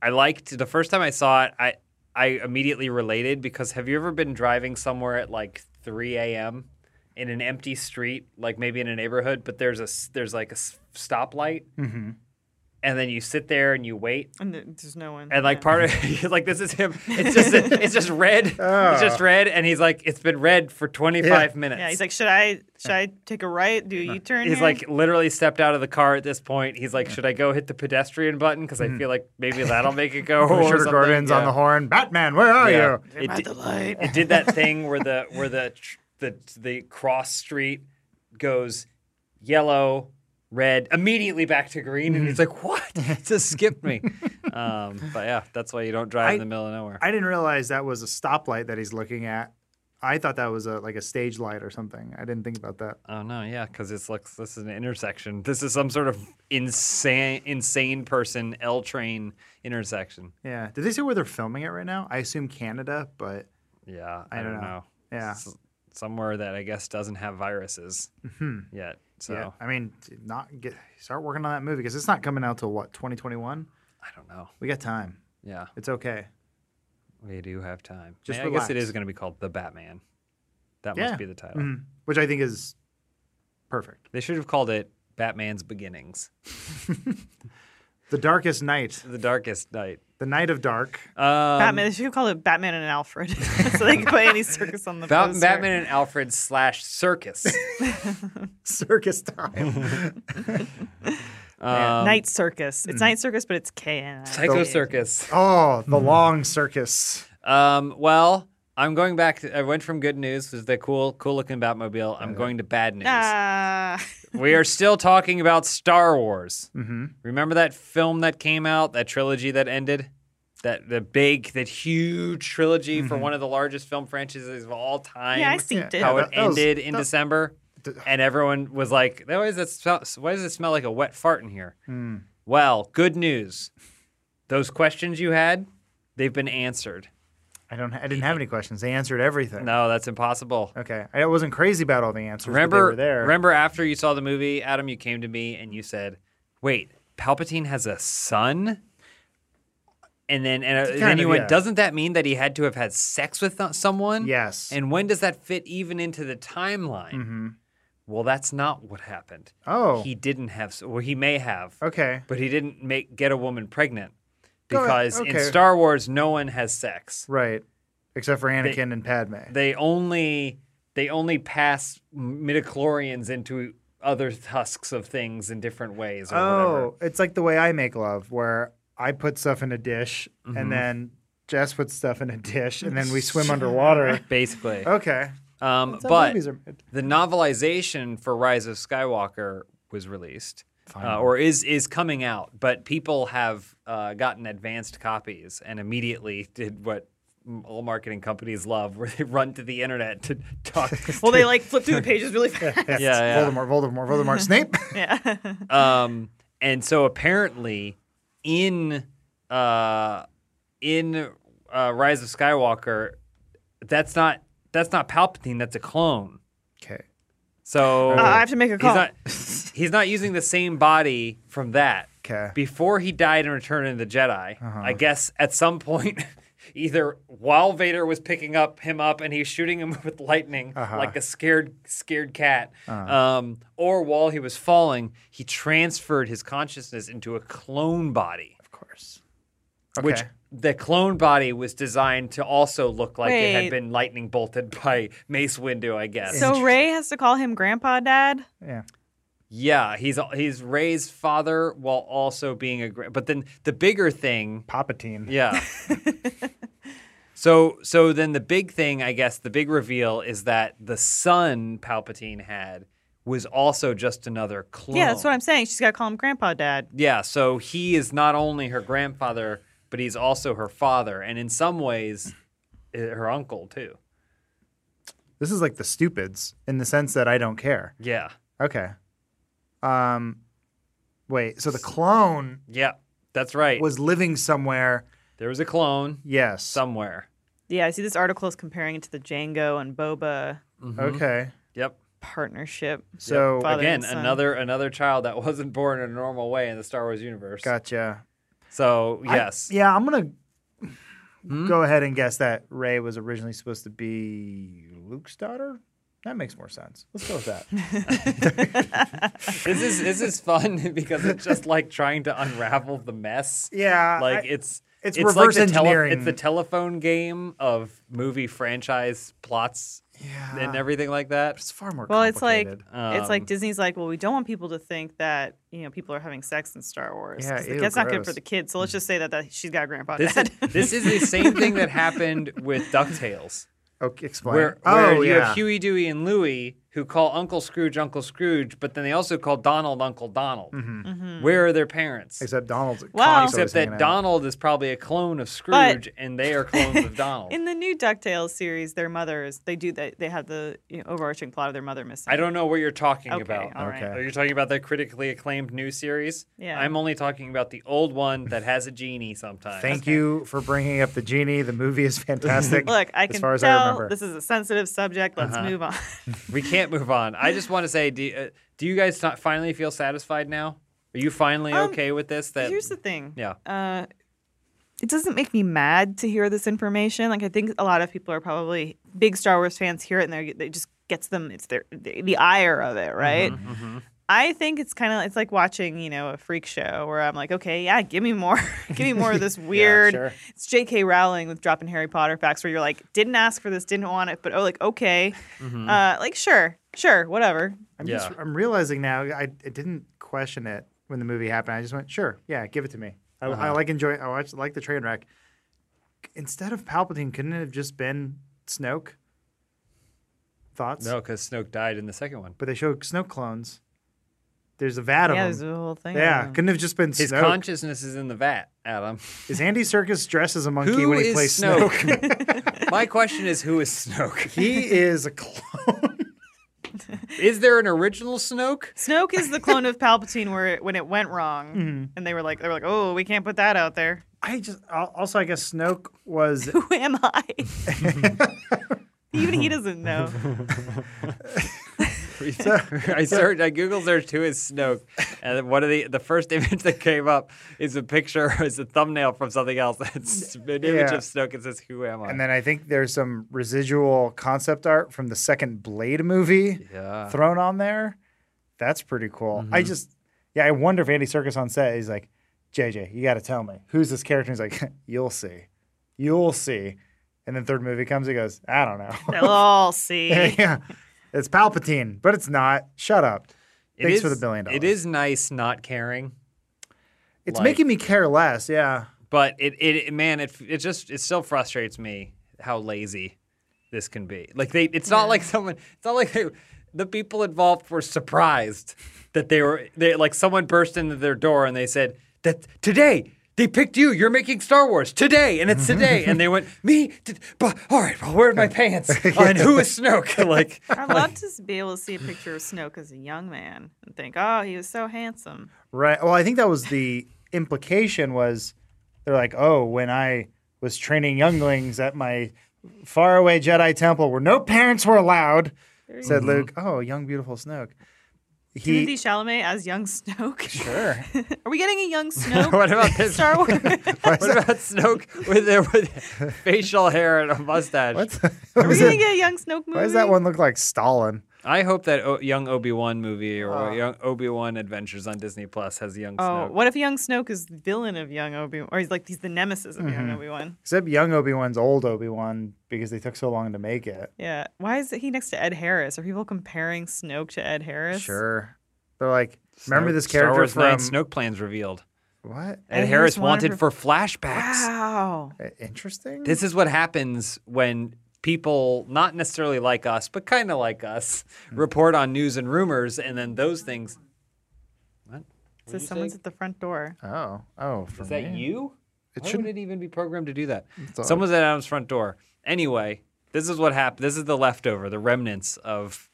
A: I liked the first time I saw it. I I immediately related because have you ever been driving somewhere at like 3 a.m. in an empty street, like maybe in a neighborhood, but there's a s- there's like a s- stoplight, and then you sit there and you wait,
C: And th- there's no one.
A: and like
C: Yeah.
A: part of [LAUGHS] like this is him. It's just it's just red. It's just red, and he's like it's been red for 25 minutes.
C: Yeah, he's like, should I should I take a right? Do you turn?
A: He's
C: here?"
A: like literally stepped out of the car at this point. He's like, should I go hit the pedestrian button? Because I feel like maybe that'll make it go. [LAUGHS] or
B: Sugar
A: something.
B: Gordon's on
A: Yeah.
B: the horn. Batman, where are
A: Yeah.
B: you?
A: It
C: At
A: di-
C: the light.
A: it did that thing where the where the tr- the the cross street goes yellow, red, immediately back to green, and it's
B: Mm-hmm.
A: like what? [LAUGHS] It just skipped
B: [LAUGHS]
A: me. Um, but yeah, that's why you don't drive in
B: I-
A: the middle of nowhere.
B: I didn't realize that was a stoplight that he's looking at. I thought that was a like a stage light or something. I didn't think about that.
A: oh no, yeah, because it's like this is an intersection. This is some sort of insane insane person L train intersection.
B: Yeah. Did they say where they're filming it right now? I assume Canada, but
A: Yeah, I,
B: don't
A: don't know.
B: know. yeah.
A: S- somewhere that I guess doesn't have viruses yet. So
B: Yeah. Hmm. I mean, not get start working on that movie because it's not coming out till what 2021.
A: I don't know.
B: We got time.
A: Yeah.
B: It's okay.
A: We do have time.
B: Just
A: I mean, I guess it
B: relax.
A: is going to be called The Batman. That
B: Yeah.
A: must be the title.
B: Mhm. Which I think is perfect.
A: They should have called it Batman's Beginnings,
B: The darkest night,
A: The Darkest Night.
B: the night of dark.
A: Um,
C: Batman. They should call it Batman and Alfred, [LAUGHS] so they can put any circus on the
A: Ba-
C: poster.
A: Batman and Alfred slash circus.
B: [LAUGHS] circus time.
A: Um,
C: Night Circus. It's Night Circus, but it's K N.
A: Psycho Circus.
B: oh,
A: [LAUGHS]
B: the long circus.
A: Um, well, I'm going back. To, I went from good news, which is the cool, cool looking Batmobile. I'm going to bad news.
C: Ah,
A: we are still talking about Star Wars.
B: Mm-hmm.
A: Remember that film that came out, that trilogy that ended? That the big, that huge trilogy
B: Mm-hmm.
A: for one of the largest film franchises of all time.
C: yeah, I synced
B: Yeah.
C: it.
A: How
B: that-
A: it
B: that was-
A: ended in
B: that-
A: December.
B: Th-
A: And everyone was like, why does, it smell, why does it smell like a wet fart in here?
B: Hmm.
A: Well, good news. Those questions you had, they've been answered.
B: I don't. I didn't have any questions. They answered everything.
A: No, that's impossible.
B: Okay, I wasn't crazy about all the answers. but they
A: Remember,
B: were there.
A: remember after you saw the movie, Adam, you came to me and you said, "Wait, Palpatine has a son." And then, and, and
B: Kind
A: then
B: of,
A: you went,
B: yeah.
A: "Doesn't that mean that he had to have had sex with th- someone?"
B: Yes.
A: And when does that fit even into the timeline? Well, that's not what happened.
B: Mm-hmm. oh,
A: He didn't have, s- well, he may have,
B: okay.
A: but he didn't make get a woman pregnant
B: Go ahead,
A: because in
B: okay.
A: Star Wars, no one has sex
B: Right. Except for Anakin and Padme.
A: they only they only pass midichlorians into other husks of things in different ways or whatever.
B: Oh, it's like the way I make love, where I put stuff in a dish,
A: Mm-hmm.
B: and then Jess puts stuff in a dish,
A: [LAUGHS]
B: and then we swim underwater.
A: Basically.
B: Okay.
A: Um,
B: Oh. That's how
A: but
B: movies [LAUGHS] are made.
A: the novelization for Rise of Skywalker was released. Uh, or is is coming out, but people have uh, gotten advanced copies and immediately did what m- all marketing companies love, where they [LAUGHS] run to the internet to talk.
C: Well,
A: [LAUGHS]
C: they like flip through the pages really fast.
A: yeah, yeah.
B: Voldemort, Voldemort, [LAUGHS] Voldemort, Snape.
C: yeah.
A: um, and so apparently in uh, in uh, Rise of Skywalker, that's not that's not Palpatine. That's a clone.
B: okay.
A: So
C: Uh, I have to make a
A: he's
C: call.
A: not [LAUGHS] he's not using the same body from that.
B: Okay. Uh-huh.
A: Before he died in Return of the Jedi, I guess at some point [LAUGHS] either while Vader was picking up him up and he's shooting him [LAUGHS] with lightning
B: Uh-huh.
A: like a scared scared cat, um, or while he was falling, he transferred his consciousness into a clone body,
B: Of course.
A: which
B: Okay.
A: the clone body was designed to also look like it had
C: Wait.
A: been lightning bolted [LAUGHS] by Mace Windu, I guess.
C: So Ray has to call him Grandpa Dad.
B: Yeah.
A: yeah, he's he's Ray's father while also being a gra- but then the bigger thing
B: Palpatine.
C: [LAUGHS]
A: Yeah. so so then the big thing, I guess, the big reveal is that the son Palpatine had was also just another clone.
C: Yeah, that's what I'm saying. She's got to call him Grandpa Dad.
A: Yeah, so he is not only her grandfather, but he's also her father, and in some ways, eh, her uncle too.
B: This is like the stupids in the sense that I don't care.
A: Yeah,
B: Okay. Um, wait. So the clone
A: yeah, that's right.
B: was living somewhere.
A: there was a clone
B: Yes.
A: somewhere.
C: Yeah, I see this article is comparing it to the Django and Boba
B: Okay.
A: mm-hmm. Yep.
C: partnership.
B: So
C: Father
A: Again,
C: and son.
A: another another child that [LAUGHS] wasn't born in a normal way in the Star Wars universe.
B: gotcha.
A: So
B: I-
A: yes, Mm-hmm.
B: yeah, I'm gonna go ahead and guess that Ray was originally supposed to be Luke's daughter. That makes more sense. Let's go with
A: [LAUGHS]
B: that.
A: [LAUGHS] this is this is fun [LAUGHS] because it's just like trying to unravel the mess.
B: yeah.
A: Like
B: I-
A: it's
B: it's
A: like
B: reverse
A: the tele-
B: engineering.
A: it's the telephone game of movie franchise plots
B: yeah.
A: and everything like that.
B: it's far more.
C: Well, it's like
B: complicated.
A: Um,
C: it's like Disney's like, well, we don't want people to think that you know people are having sex in Star Wars.
B: Yeah,
C: 'cause
B: ew,
C: that's not good for
B: gross.
C: the kids. So let's just say that, that she's got Grandpa
A: This is,
C: Dad.
A: this is the same thing
B: [LAUGHS]
A: that happened with DuckTales,
B: okay, explain.
A: where, where
B: oh
A: you
B: yeah.
A: have Huey, Dewey, and Louie who call Uncle Scrooge Uncle Scrooge, but then they also call Donald Uncle Donald.
B: Mm-hmm.
A: Where are their parents?
B: Except Donald's.
C: Wow.
B: Connie's always
A: Except that
B: hanging out.
A: Donald is probably a clone of Scrooge, and they are clones
C: [LAUGHS]
A: of Donald.
C: [LAUGHS] in the new Ducktales series, their mothers they do that they have the you know, overarching plot of their mother missing.
A: I don't know what you're talking
C: Okay,
A: about.
C: all right.
B: Okay.
A: Are you talking about the critically acclaimed new series?
C: Yeah.
A: I'm only talking about the old one that has a genie sometimes.
B: Thank you for bringing up the genie. The movie is fantastic.
C: Look, I
B: as
C: can
B: far as I
C: tell
B: remember.
C: this is a sensitive subject. Let's
A: Uh-huh.
C: move on.
A: [LAUGHS]
C: [LAUGHS]
A: We can't move on. I just want to say, do, uh, do you guys not finally feel satisfied now? Are you finally
C: Um,
A: okay with this? That
C: Here's the thing.
A: yeah.
C: uh, it doesn't make me mad to hear this information. Like I think a lot of people are probably big Star Wars fans hear it and they they just gets them it's their the, the ire of
B: Mm-hmm,
C: it, right? I think it's kind of it's like watching you know a freak show where I'm like, okay, yeah, give me more, [LAUGHS] give me more
B: [LAUGHS]
C: of this weird.
B: sure.
C: It's J.K. Rowling with dropping Harry Potter facts where you're like, didn't ask for this, didn't want it, but oh, like okay,
B: Mm-hmm.
C: uh, like sure, sure, whatever.
B: I'm just
A: Yeah.
B: I'm realizing now I, I didn't question it when the movie happened. I just went, sure, yeah, give it to me. I, I like enjoy. I watch, like the train wreck. Instead of Palpatine, couldn't it have just been Snoke? Thoughts?
A: No, because Snoke died in the second one.
B: But they show Snoke clones. There's a vat of
C: Yeah, there's
B: them.
C: the whole thing.
B: Um, Yeah,
C: on-
B: couldn't have just been
A: His
B: Snoke.
A: consciousness is in the vat, Adam.
B: is Andy Circus dressed as a monkey
A: Who
B: when he
A: is
B: plays
A: Snoke?
B: Snoke? [LAUGHS]
A: My question is, who is Snoke? [LAUGHS]
B: he is a clone.
A: Is there an original Snoke?
C: Snoke is the clone of Palpatine where it, when it went wrong,
A: Mm-hmm.
C: and they were like, they were like, oh, we can't put that out there. [LAUGHS]
B: I just al- also I guess Snoke was
C: Who am I? Even he doesn't know.
A: [LAUGHS] I searched, I Google searched who is Snoke, and one of the the first [LAUGHS] image that came up is a picture, [LAUGHS] is a thumbnail from something else. [LAUGHS] That's an image
B: Yeah.
A: of Snoke. It says, "Who am I?"
B: And then I think there's some residual concept art from the second Blade movie
A: yeah,
B: thrown on there. That's pretty cool. I
A: Mm-hmm.
B: just, yeah, I wonder if Andy Circus on set is like, JJ, you got to tell me who's this character. And he's like, [LAUGHS] you'll see, you'll see. And then third movie comes, he goes, I
A: [LAUGHS]
B: don't know. [LAUGHS]
C: They'll all see.
B: yeah, it's Palpatine, but it's not. Shut up.
A: It
B: Thanks
A: is-
B: for the billion dollars.
A: It is nice not caring,
B: It's
A: like-
B: making me care less. Yeah.
A: but it it man, it it just it still frustrates me how lazy this can be. Like they, it's not like someone. It's not like they, the people involved were surprised that they were they like someone burst into their door and they said that today. They picked you. You're making Star Wars today, and it's today. And they went, me. Did, but, all right, well, where are my
C: [LAUGHS]
A: pants? Oh, and who is Snoke? [LAUGHS] like,
C: I'd love to s- be able to see a picture of Snoke as a young man and think, oh, he was so handsome.
B: Right. Well, I think that was the implication was they're like, oh, when I was training younglings at my faraway Jedi temple where no parents were allowed, said Luke, oh, young, beautiful Snoke. he
C: Timothy
B: [LAUGHS]
C: Chalamet as young Snoke.
A: Sure.
C: [LAUGHS] Are we getting a
A: [LAUGHS]
C: young Snoke?
A: What about this?
C: [LAUGHS]
A: [LAUGHS]
C: Star Wars?
A: What about Snoke with their with facial hair and a mustache?
B: what's
C: Are we gonna get a young Snoke movie?
B: why does that one look like Stalin?
A: I hope that o- young Obi Wan movie or young Obi Wan Adventures on Disney Plus has young
C: Ah. Oh,
A: Snoke.
C: what if young Snoke is the villain of young Obi, or he's like he's the nemesis of
A: Mm-hmm.
C: young Obi Wan?
B: Except young Obi Wan's old Obi Wan because they took so long to make it.
C: Yeah. Why is he next to Ed Harris? Are people comparing Snoke to Ed Harris?
B: Sure, they're like remember
A: Snoke-
B: this
A: Star
B: character
A: Wars
B: from
A: 9 Snoke plans revealed.
B: what?
A: And,
C: And he
A: Harris
C: was wanted
A: wanted for flashbacks.
C: Wow.
B: Uh, Interesting.
A: This is what happens when people, not necessarily like us, but kind of like us,
B: Hmm.
A: report on news and rumors, and then those things. What?
C: So someone's at the front door.
B: oh, oh, for
A: Is that
B: me.
A: you? It Why
B: shouldn't-
A: would it even be programmed to do that?
B: all-
A: Someone's at Adam's front door. Anyway, this is what happened. This is the leftover, the remnants of.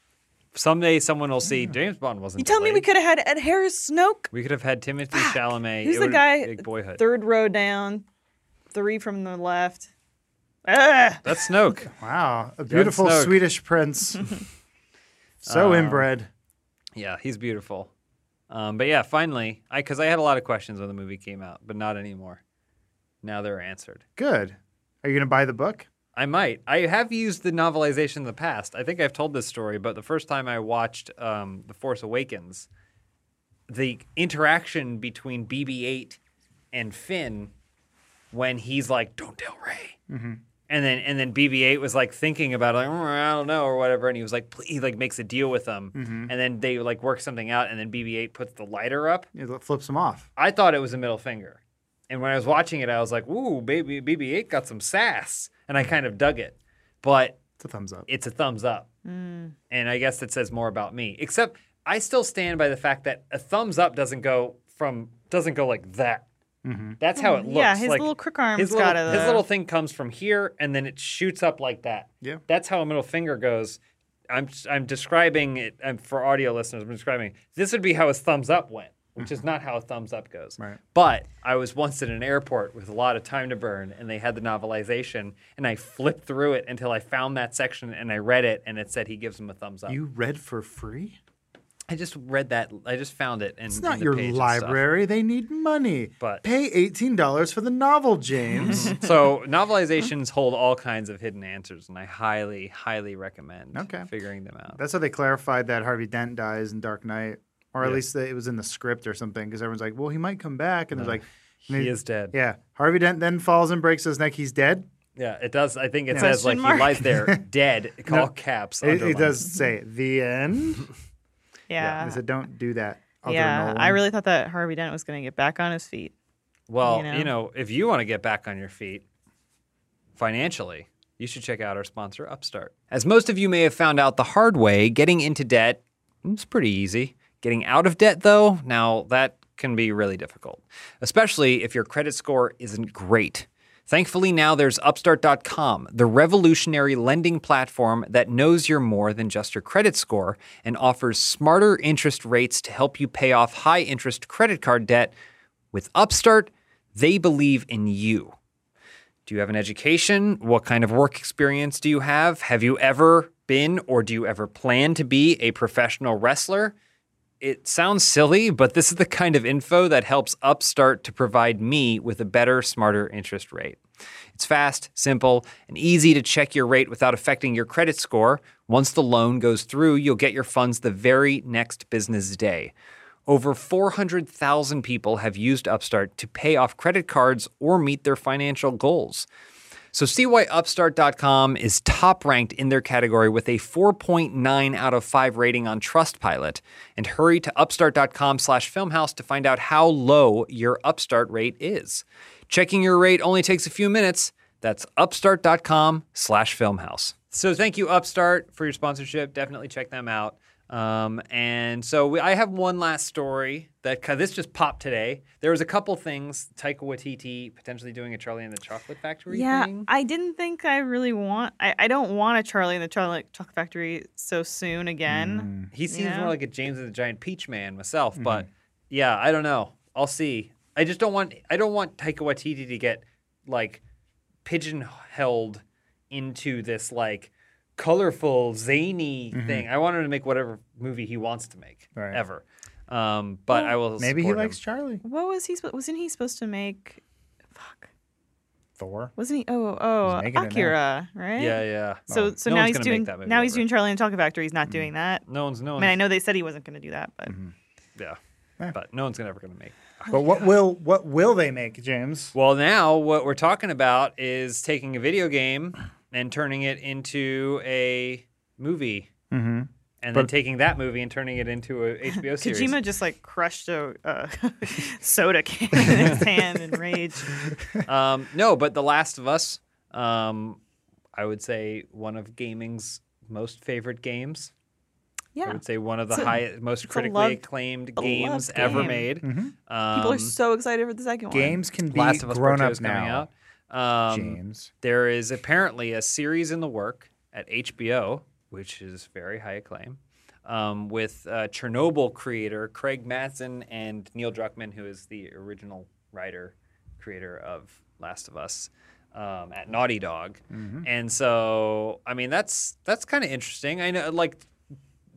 A: Someday someone will see James Bond wasn't.
C: You tell me we
A: delayed.
C: could have had Ed Harris Snoke.
A: We could have had Timothy Chalamet.
C: Who's
A: It
C: the
A: would've
C: guy-
A: been Boyhood.
C: Third row down, three from the left. Ah,
A: That's Snoke. [LAUGHS]
B: Wow, a beautiful
A: Snoke. [LAUGHS]
B: Swedish prince. so
A: Um,
B: inbred.
A: Yeah, he's beautiful. Um, but yeah, finally, I because I had a lot of questions when the movie came out, but not anymore. Now they're answered.
B: Good. Are you gonna buy the book?
A: I might. I have used the novelization in the past. I think I've told this story, but the first time I watched um, The Force Awakens, the interaction between BB-8 and Finn when he's like, "Don't tell Ray," and then and then BB-8 was like thinking about it, like, "Mm, I don't know or whatever, and he was like, "Please," he like makes a deal with them, and then they like work something out, and then BB-8 puts the lighter up.
B: It flips them off.
A: I thought it was a middle finger. And when I was watching it, I was like, ooh, baby, BB 8 got some sass. And I kind of dug it. But
B: It's a thumbs up.
A: it's a thumbs up.
C: Mm.
A: And I guess it says more about me. Except I still stand by the fact that a thumbs up doesn't go from, doesn't go like that. That's how it looks.
C: yeah, his
A: like,
C: little crook arm's
A: his little,
C: got a-
A: his little thing comes from here and then it shoots up like that.
B: Yeah.
A: That's how a middle finger goes. I'm I'm describing it i for audio listeners. I'm describing this would be how his thumbs up went, which is not how a thumbs up goes.
B: Right.
A: But I was once at an airport with a lot of time to burn, and they had the novelization, and I flipped through it until I found that section, and I read it, and it said he gives him a thumbs up.
B: You read for free?
A: I just read that. I just found it, and
B: It's not your library. They need money.
A: But-
B: pay eighteen dollars for the novel,
A: [LAUGHS]
B: James.
A: so novelizations hold all kinds of hidden answers, and I highly, highly recommend
B: Okay.
A: figuring them out.
B: That's how they clarified that Harvey Dent dies in Dark Knight, or at
A: Yeah.
B: least that it was in the script or something. Because everyone's like, "Well, he might come back," and they're like,
A: he
B: they-
A: is dead.
B: "Yeah, Harvey Dent then falls and breaks his neck. He's dead."
A: Yeah, it does. I think it
C: Question
A: says like
C: mark.
A: he lies there dead, all caps.
B: It,
A: underlined.
B: it does say the
A: [LAUGHS]
B: end.
C: yeah.
B: They said, "Don't do that." Other
C: Yeah,
B: Nolan.
C: I really thought that Harvey Dent was going to get back on his feet.
A: Well,
C: you
A: you
C: know?
A: know? if you want to get back on your feet financially, you should check out our sponsor, Upstart. As most of you may have found out the hard way, getting into debt is pretty easy. Getting out of debt, though, now that can be really difficult, especially if your credit score isn't great. Thankfully, now there's Upstart.com, the revolutionary lending platform that knows you're more than just your credit score and offers smarter interest rates to help you pay off high interest credit card debt. With Upstart, they believe in you. Do you have an education? What kind of work experience do you have? Have you ever been or do you ever plan to be a professional wrestler? It sounds silly, but this is the kind of info that helps Upstart to provide me with a better, smarter interest rate. It's fast, simple, and easy to check your rate without affecting your credit score. Once the loan goes through, you'll get your funds the very next business day. Over 400,000 people have used Upstart to pay off credit cards or meet their financial goals. So see why Upstart.com is top ranked in their category with a 4.9 out of 5 rating on Trustpilot. And hurry to Upstart.com slash Filmhouse to find out how low your Upstart rate is. Checking your rate only takes a few minutes. That's Upstart.com slash Filmhouse. So thank you, Upstart, for your sponsorship. Definitely check them out. Um, and so we, I have one last story that kind this just popped today. There was a couple things Taika Waititi potentially doing a Charlie and the Chocolate Factory
C: Yeah,
A: thing.
C: I didn't think I really want. I, I don't want a Charlie in the Charlie Chocolate Factory so soon again.
A: He seems
C: know?
A: more like a James and the Giant Peach Man myself,
B: Mm-hmm.
A: but yeah, I don't know. I'll see. I just don't want I don't want Taika Waititi to get like pigeonholed into this like colorful, zany thing. I want him to make whatever movie he wants to make
B: Mm-hmm. Right.
A: ever. Um, but I will.
B: Maybe he
A: support him.
B: likes Charlie.
C: What was he? sp- Wasn't he supposed to make? Fuck.
B: Thor.
C: Wasn't he? Oh, oh,
B: He's making it now.
C: Akira, right?
A: Yeah, yeah.
C: So, so
A: No
C: now
A: one's gonna
C: he's
A: make
C: doing.
A: that movie
C: Now
A: ever.
C: he's
A: Mm-hmm.
C: doing Charlie and the Chocolate Factory. He's not doing that.
A: No one's no
C: I
A: one's. Mm-hmm.
C: mean, I know they said he wasn't going to do that, but
A: Yeah.
B: Eh.
A: But no one's gonna ever gonna make.
B: But what will what will they make, James?
A: Well, now what we're talking about is taking a video game and turning it into a movie,
B: Mm-hmm.
A: and then
B: But-
A: taking that movie and turning it
C: [LAUGHS]
A: into a HBO series.
C: Kojima just like crushed a
A: [LAUGHS]
C: [LAUGHS] uh, soda can in his hand in rage.
A: um, no, but The Last of Us, um, I would say one of gaming's most favorite games. I
C: Yeah,
A: would say one of the
C: It's a-
A: highest, most
C: a
A: critically
C: loved-
A: acclaimed
C: a
A: games
C: loved
A: ever
C: game. Mm-hmm.
A: made. Um,
C: people are so excited for the second one.
B: Games can be
A: Last of Us Part
B: grown
A: Two
B: up
A: is coming
B: now.
A: out. Um,
B: James.
A: There is apparently a series in the work at HBO, which is very high acclaim, um, with uh, Chernobyl creator Craig Mattson and Neil Druckmann, who is the original writer, creator of Last of Us. Um, at Naughty Dog, and so I mean that's that's kind of interesting. I know, like,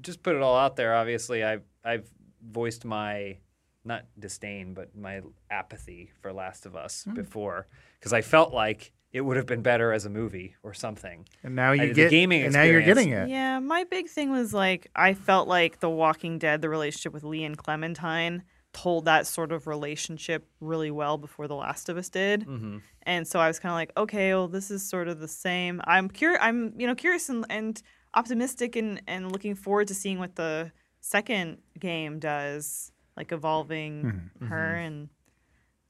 A: just put it all out there. Obviously, I've I've voiced my not disdain, but my apathy for Last of Us
B: Hmm.
A: before because I felt like it would have been better as a movie or something.
B: And now
A: I
B: you
A: did the
B: get
A: gaming
B: And now you're
A: experience.
B: getting it.
C: Yeah, my big thing was like I felt like The Walking Dead, the relationship with Lee and Clementine, told that sort of relationship really well before The Last of Us did,
B: Mm-hmm.
A: Mhm.
C: and so I was kind of like, okay, well, this is sort of the same. I'm curious. I'm you know curious and, and optimistic and and looking forward to seeing what the second game does, like evolving
B: Mm-hmm.
C: her and.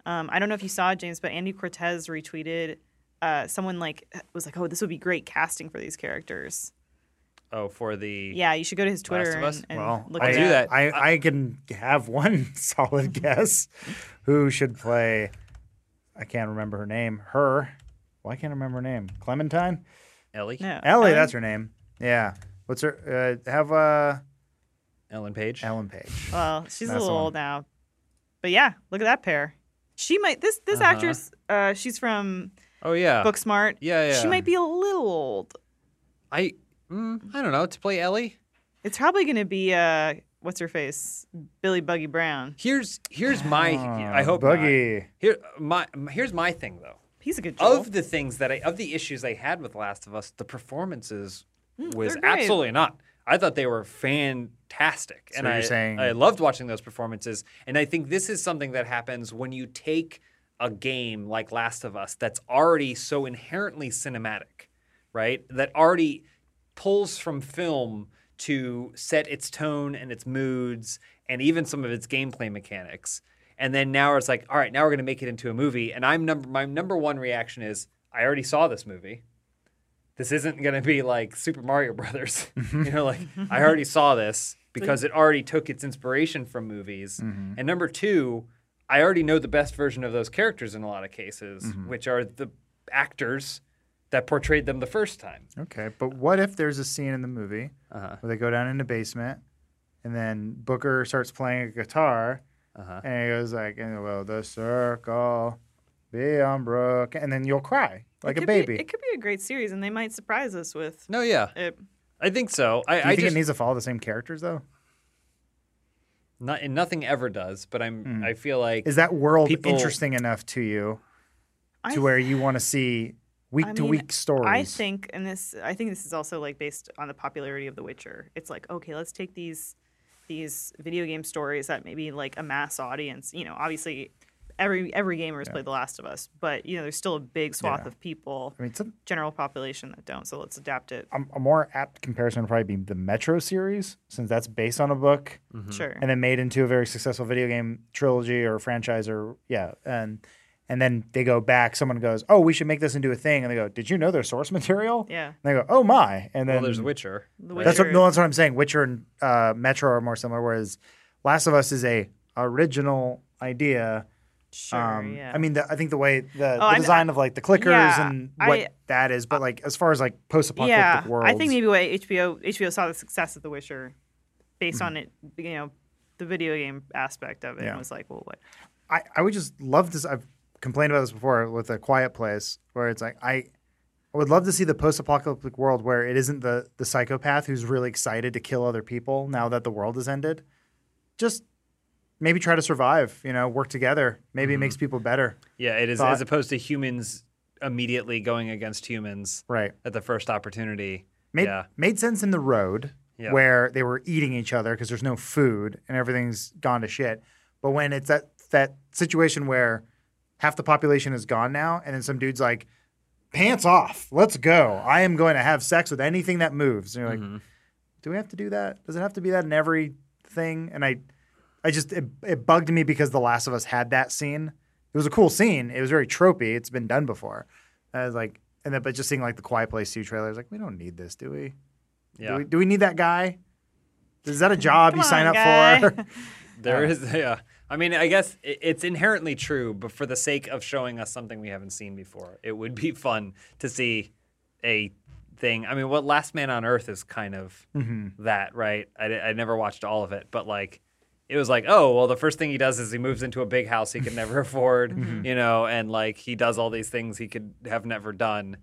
C: Um, I don't know if you saw James, but Andy Cortez retweeted uh, someone like was like, "Oh, this would be great casting for these characters."
A: Oh, for the
C: Yeah, you should go to his Twitter
A: Last of Us?
C: and, and
B: Well,
C: look
B: I
C: at
A: do that.
B: I, I can have one [LAUGHS] solid guess who should play. I can't remember her name. Her. Why can't I remember her name? Clementine?
A: Ellie,
C: No,
B: Ellie,
C: Ellen?
B: that's her name. Yeah. What's her? Uh, have uh,
A: Ellen Page.
B: Ellen Page.
C: Well, she's a
B: That's the
C: little
B: one.
C: old now, but yeah, look at that pair. She might this this
A: Uh-huh.
C: actress. Uh, she's from
A: Oh yeah,
C: Booksmart.
A: yeah, yeah.
C: She might be a little old.
A: I mm, I don't know to play Ellie.
C: It's probably gonna be uh, what's her face, Billy Buggy Brown.
A: Here's here's my. I
B: Oh,
A: hope not.
B: Buggy.
A: Here my here's my thing though.
C: He's a good Joel.
A: Of the things that I of the issues I had with Last of Us, the performances was
C: Hmm, they're great.
A: absolutely not. I thought they were fantastic, and
B: you're
A: I
B: saying-
A: I loved watching those performances. And I think this is something that happens when you take a game like Last of Us that's already so inherently cinematic, right? That already pulls from film to set its tone and its moods and even some of its gameplay mechanics. And then now it's like, all right, now we're going to make it into a movie. And I'm number my number one reaction is I already saw this movie. This isn't going to be like Super Mario Brothers. [LAUGHS] you know,
B: [LAUGHS]
A: like I already saw this because it already took its inspiration from movies.
B: Mm-hmm.
A: And number 2, I already know the best version of those characters in a lot of cases,
B: Mm-hmm.
A: which are the actors that portrayed them the first time.
B: Okay, but what if there's a scene in the movie
A: Uh-huh.
B: where they go down in the basement, and then Booker starts playing a guitar,
A: Uh-huh.
B: and he goes like, "And will the circle be unbroken?" And then you'll cry like
C: It
B: a
C: could
B: baby.
C: Be, it could be a great series, and they might surprise us with
A: No, yeah.
C: it.
A: I think so. I,
B: Do you
A: I
B: think
A: just
B: it needs to follow the same characters though?
A: not, and nothing ever does, but I'm I feel like
B: Mm. Is that world
A: People-
B: interesting enough to you
C: I
B: to where you want to see week
C: I
B: to
C: mean,
B: week stories?
C: I think, and this, I think this is also like based on the popularity of The Witcher. It's like, okay, let's take these these video game stories that maybe like a mass audience. You know, obviously, every every gamer has played The Last of Us, but you know, there's still a big swath
B: Yeah.
C: of people,
B: I mean, some,
C: general population that don't. So let's adapt it.
B: a, a more apt comparison would probably be the Metro series, since that's based on a book.
A: mm-hmm.
C: Sure.
B: and then made into a very successful video game trilogy or franchise or yeah and and then they go back someone goes oh we should make this into a thing and they go did you know their source material
C: Yeah.
B: and they go oh my and then
A: well, there's Witcher.
C: The
A: right?
C: Witcher.
B: that's what no that's what i'm saying witcher and uh, metro are more similar whereas last of us is a original idea
C: sure.
B: um,
C: yeah.
B: i mean the, i think the way the, the
C: I-
B: design of like the clickers
C: yeah,
B: and what
C: I-
B: that is but like as far as like post-apocalyptic
C: yeah,
B: world
C: I think maybe what HBO HBO saw the success of The Witcher, based on it, you know, the video game aspect of it,
B: Hmm. Yeah.
C: and was like, well, what?
B: I, I would just love this. I've complained about this before with a quiet place where it's like I I would love to see the post-apocalyptic world where it isn't the the psychopath who's really excited to kill other people now that the world has ended. Just maybe try to survive. You know, work together. Maybe it makes people better.
A: Yeah, it is
B: Thought-
A: as opposed to humans immediately going against humans
B: Right.
A: at the first opportunity.
B: Made
A: yeah.
B: made sense in the road
A: Yeah.
B: where they were eating each other because there's no food and everything's gone to shit. But when it's that that situation where half the population is gone now, and then some dude's like, "Pants off, let's go. I am going to have sex with anything that moves." And you're like, "Do we have to do that? Does it have to be that in every thing?" And I, I just it, it bugged me because The Last of Us had that scene. It was a cool scene. It was very tropey. It's been done before. And I was like, and then but just seeing like the Quiet Place Two trailer, I was like, we don't need this, do we?
A: Yeah.
B: Do we, do we need that guy? Is that a job you
C: Come
B: sign
C: on,
B: up
C: guy. [LAUGHS]
B: for?
A: There is, [LAUGHS] yeah. I mean, I guess i- it's inherently true, but for the sake of showing us something we haven't seen before, it would be [LAUGHS] fun to see a thing. I mean, what Last Man on Earth is kind of that, right? I, di- I never watched all of it, but like, it was like, oh, well, the first thing he does is he moves into a big house he could never afford, you know, and like he does all these things he could have never done.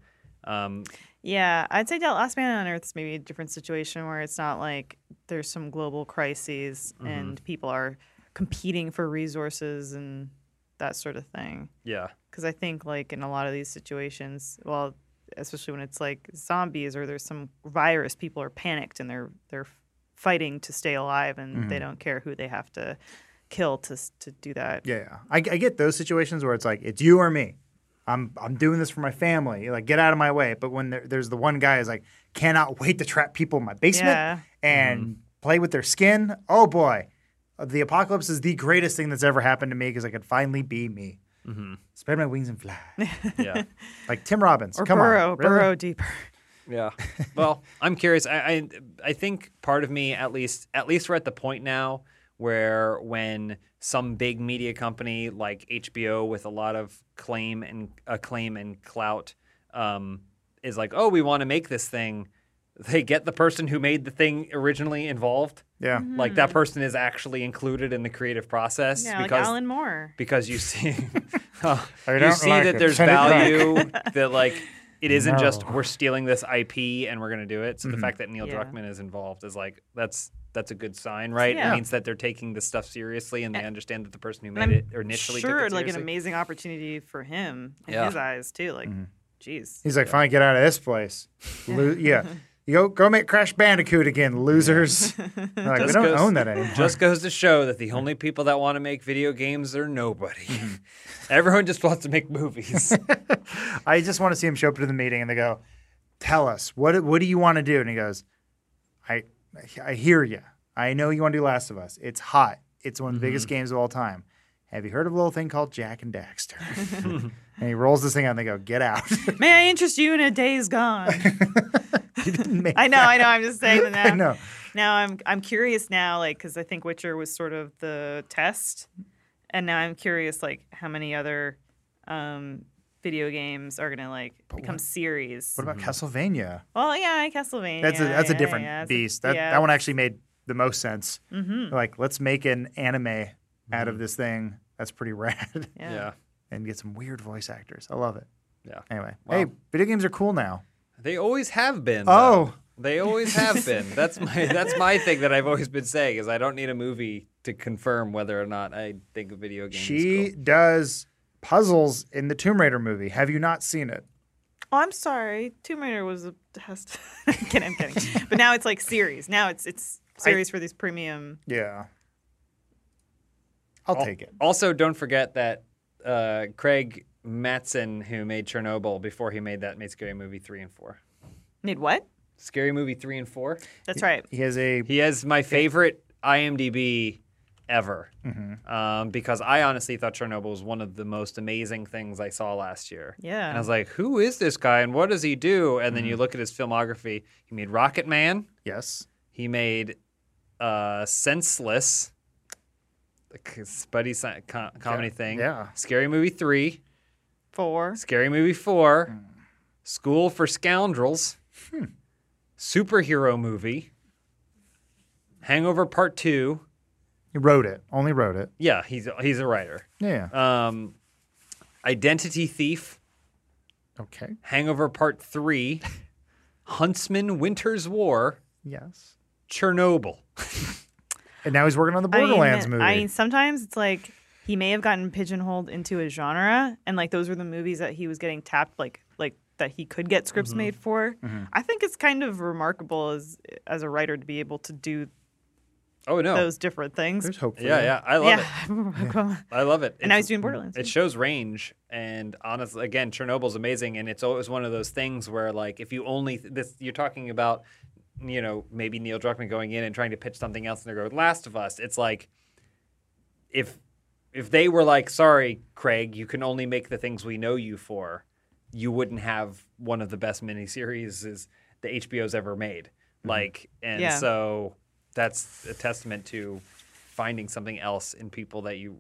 A: Um,
C: Yeah, I'd say Del- Last Man on Earth is maybe a different situation where it's not like there's some global crises
B: Mm-hmm.
C: and people are competing for resources and that sort of thing.
A: yeah.
C: Because I think like in a lot of these situations, well, especially when it's like zombies or there's some virus, people are panicked and they're they're fighting to stay alive and they
B: Mm-hmm.
C: don't care who they have to kill to s- to do that.
B: yeah, yeah. I, I get those situations where it's like it's you or me. I'm I'm doing this for my family. Like get out of my way. But when there, there's the one guy is like cannot wait to trap people in my basement
C: Yeah.
B: and play with their skin. Oh boy, the apocalypse is the greatest thing that's ever happened to me because I could finally be me. Spread my wings and fly
A: Yeah.
B: like Tim Robbins.
C: Or
B: Come
C: burrow,
B: on, really? [LAUGHS]
C: burrow deeper.
A: Yeah. well, I'm curious. I, I I think part of me, at least, at least we're at the point now where when some big media company like HBO with a lot of claim and acclaim and clout um, is like, oh, we want to make this thing. They get the person who made the thing originally involved.
B: Yeah.
A: Like that person is actually included in the creative process
C: Hmm. Yeah, like
A: because
C: Alan Moore.
A: because you
B: [LAUGHS]
A: see [LAUGHS] uh,
B: I
A: you
B: don't
A: see
B: like
A: that
B: it.
A: there's
B: Send it back.
A: value that like it isn't just
B: No. Mm-hmm.
A: we're stealing this IP and we're going to do it. So the fact that Neil
C: Yeah.
A: Druckmann is involved is like that's that's a good sign, right?
C: Yeah.
A: It means that they're taking this stuff seriously and they understand that the person who made
C: I'm
A: it or initially took
C: sure,
A: it
C: like an
A: seriously-
C: amazing opportunity for him in
A: Yeah.
C: his eyes too. Like,
B: Mm-hmm.
C: jeez,
B: He's like, fine, get out of this place. Lo- [LAUGHS] yeah. You go, go make Crash Bandicoot again, [LAUGHS] losers. They're like, we
A: Just
B: don't
A: goes-
B: own that anymore.
C: [LAUGHS]
A: Just goes to show that the only people that want to make video games are nobody.
B: Mm-hmm.
A: [LAUGHS] Everyone just wants to make movies.
B: [LAUGHS] I just want to see him show up to the meeting and they go, tell us, what, what do you want to do? And he goes, I, I hear you. I know you want to do Last of Us. It's hot. It's one of the biggest games of all time. Have you heard of a little thing called Jack and Daxter? [LAUGHS] and he rolls this thing out and they go, get out. [LAUGHS]
C: may I interest you in a Days Gone?
B: He didn't make
C: I know, I know. I'm just saying
B: [LAUGHS]
C: that now.
B: I know.
C: Now I'm I'm curious now, like, because I think Witcher was sort of the test, and now I'm curious, like, how many other um, video games are gonna like become series?
B: What about Castlevania?
C: well, yeah, Castlevania.
B: That's a that's a
C: yeah,
B: different
C: yeah, it's a-
B: beast. That
C: yeah. Mm-hmm.
B: that one actually made the most sense. Like, let's make an anime out of this thing. That's pretty [LAUGHS] rad,
C: [LAUGHS] Yeah.
A: yeah.
B: and get some weird voice actors. I love it.
A: Yeah.
B: Anyway,
A: Wow.
B: hey, video games are cool now.
A: They always have been.
B: Oh.
A: though. They always have been. That's my [LAUGHS] that's my thing that I've always been saying is I don't need a movie to confirm whether or not I think a video game
B: She
A: is cool.
B: does puzzles in the Tomb Raider movie. Have you not seen it?
C: Oh, I'm sorry. Tomb Raider was a test. [LAUGHS] I'm kidding. I'm kidding. but now it's like series. Now it's it's series for these premium.
B: Yeah.
A: Oh.
B: I'll take it.
A: Also, don't forget that uh, Craig Matson, who made Chernobyl before he made that, made Scary Movie three and four.
C: Need what?
A: Scary Movie three and four.
C: That's right.
B: He has a
A: He has my favorite IMDb ever
B: Mm-hmm.
A: um, because I honestly thought Chernobyl was one of the most amazing things I saw last year.
C: Yeah.
A: And I was like, who is this guy and what does he do? And
B: Mm-hmm.
A: then you look at his filmography. He made Rocket Man,
B: yes.
A: he made uh, Senseless, the c- buddy sci- co- comedy thing.
B: yeah.
A: Scary Movie 3,
C: Four.
A: Scary Movie 4, School for Scoundrels, hmm, Superhero Movie, Hangover Part 2.
B: He wrote it. Only wrote it.
A: Yeah, he's he's a writer.
B: Yeah.
A: Um, Identity Thief,
B: Okay.
A: Hangover Part 3, Huntsman Winter's War,
B: Yes.
A: Chernobyl.
B: And now he's working on the
C: I mean,
B: Borderlands movie.
C: I mean, sometimes it's like he may have gotten pigeonholed into a genre, and like those were the movies that he was getting tapped, like like that he could get scripts
A: Mm-hmm.
C: made for. I think it's kind of remarkable as as a writer to be able to do
A: Oh, no.
C: those different things.
B: There's hope for
A: yeah,
B: you.
A: yeah. I love
C: [LAUGHS]
A: it.
C: yeah.
A: I love it.
C: And now
A: It's-
C: he's doing Borderlands,
A: It
C: yeah.
A: shows range, and honestly, again, Chernobyl's amazing, and it's always one of those things where, like, if you only this, you're talking about, you know, maybe Neil Druckmann going in and trying to pitch something else, and they're going Last of Us. It's like, if if they were like, sorry, Craig, you can only make the things we know you for, you wouldn't have one of the best miniseries is the HBO's ever made. Like, and
C: Yeah.
A: so that's a testament to finding something else in people that you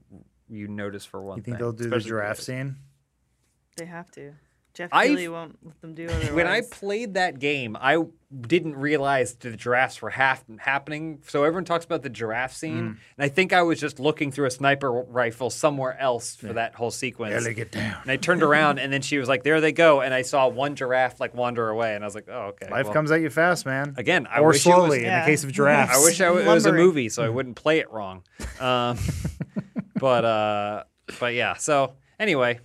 A: you notice for one
B: You think
A: thing.
B: they'll do the
A: especially
B: giraffe
A: creators.
B: scene?
C: They have to. Jeff
A: I've-
C: Keighley won't let them do otherwise.
A: [LAUGHS] When I played that game, I didn't realize the giraffes were half happening. So everyone talks about the giraffe scene,
B: Mm.
A: and I think I was just looking through a sniper rifle somewhere else for that whole sequence.
B: Ellie, get down.
A: And I turned around, and then she was like, "There they go!" And I saw one giraffe like wander away, and I was like, "Oh, okay."
B: Life
A: well,
B: comes at you fast, man.
A: again. I
B: or
A: wish it was-
B: slowly, Mm. in
C: Yeah.
B: the case of giraffes.
A: [LAUGHS] I wish I, it was a
C: Lumbering.
A: movie, so I wouldn't play it
B: [LAUGHS]
A: wrong. Um, but uh, but yeah. So anyway,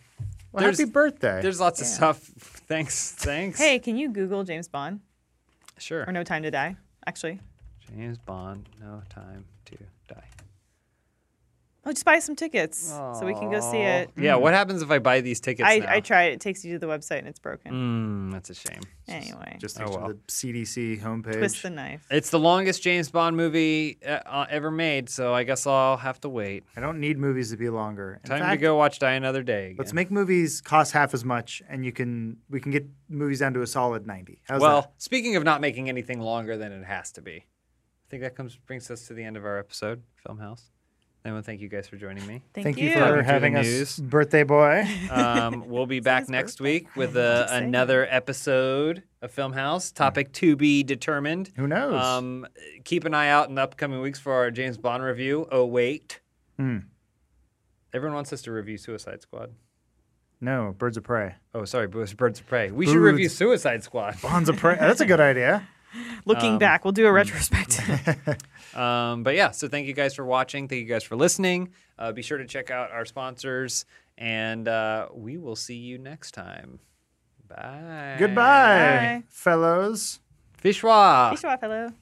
B: Well,
A: there's-
B: happy birthday.
A: there's lots of stuff. Thanks, thanks.
C: hey, can you Google James Bond
A: sure.
C: or No Time to Die? Actually,
A: James Bond, no time to die.
C: oh, just buy some tickets so we can go see it.
A: Yeah. What happens if I buy these tickets?
C: I,
A: now?
C: I tried. It takes you to the website and it's broken.
A: Mm, that's a shame.
C: Anyway,
B: Just
A: Oh,
B: next
A: well.
B: to the CDC homepage.
C: twist the knife.
A: It's the longest James Bond movie uh, uh, ever made, so I guess I'll have to wait.
B: I don't need movies to be longer. In
A: Time to
B: fact,
A: go watch Die Another Day. Again.
B: Let's make movies cost half as much, and you can we can get movies down to a solid ninety. How's
A: well,
B: that?
A: speaking of not making anything longer than it has to be, I think that comes brings us to the end of our episode, Filmhouse. I want to thank you guys for joining [LAUGHS] me.
C: Thank,
B: thank you,
A: Talking through
B: for
A: the
B: having us,
A: news.
B: birthday boy.
A: [LAUGHS] Um, we'll be back
C: his
A: next
C: birthday.
A: week
C: [LAUGHS]
A: with
C: I'm
A: uh,
C: excited.
A: another episode of Filmhouse, topic to be determined.
B: Who knows?
A: Um, keep an eye out in the upcoming weeks for our James Bond review. Oh, wait.
B: Hmm.
A: Everyone wants us to review Suicide Squad.
B: No, Birds of Prey.
A: Oh, sorry, Birds Birds of Prey. We should review
B: Birds.
A: Suicide Squad.
B: Bonds of Prey. That's a good idea.
C: Looking
A: Um,
C: back, we'll do a retrospective.
A: Um, but yeah, so thank you guys for watching. Thank you guys for listening. Uh, be sure to check out our sponsors, and uh, we will see you next time. Bye.
B: Goodbye,
C: Bye.
B: fellows.
A: Fishwa.
C: Peace out, fellow.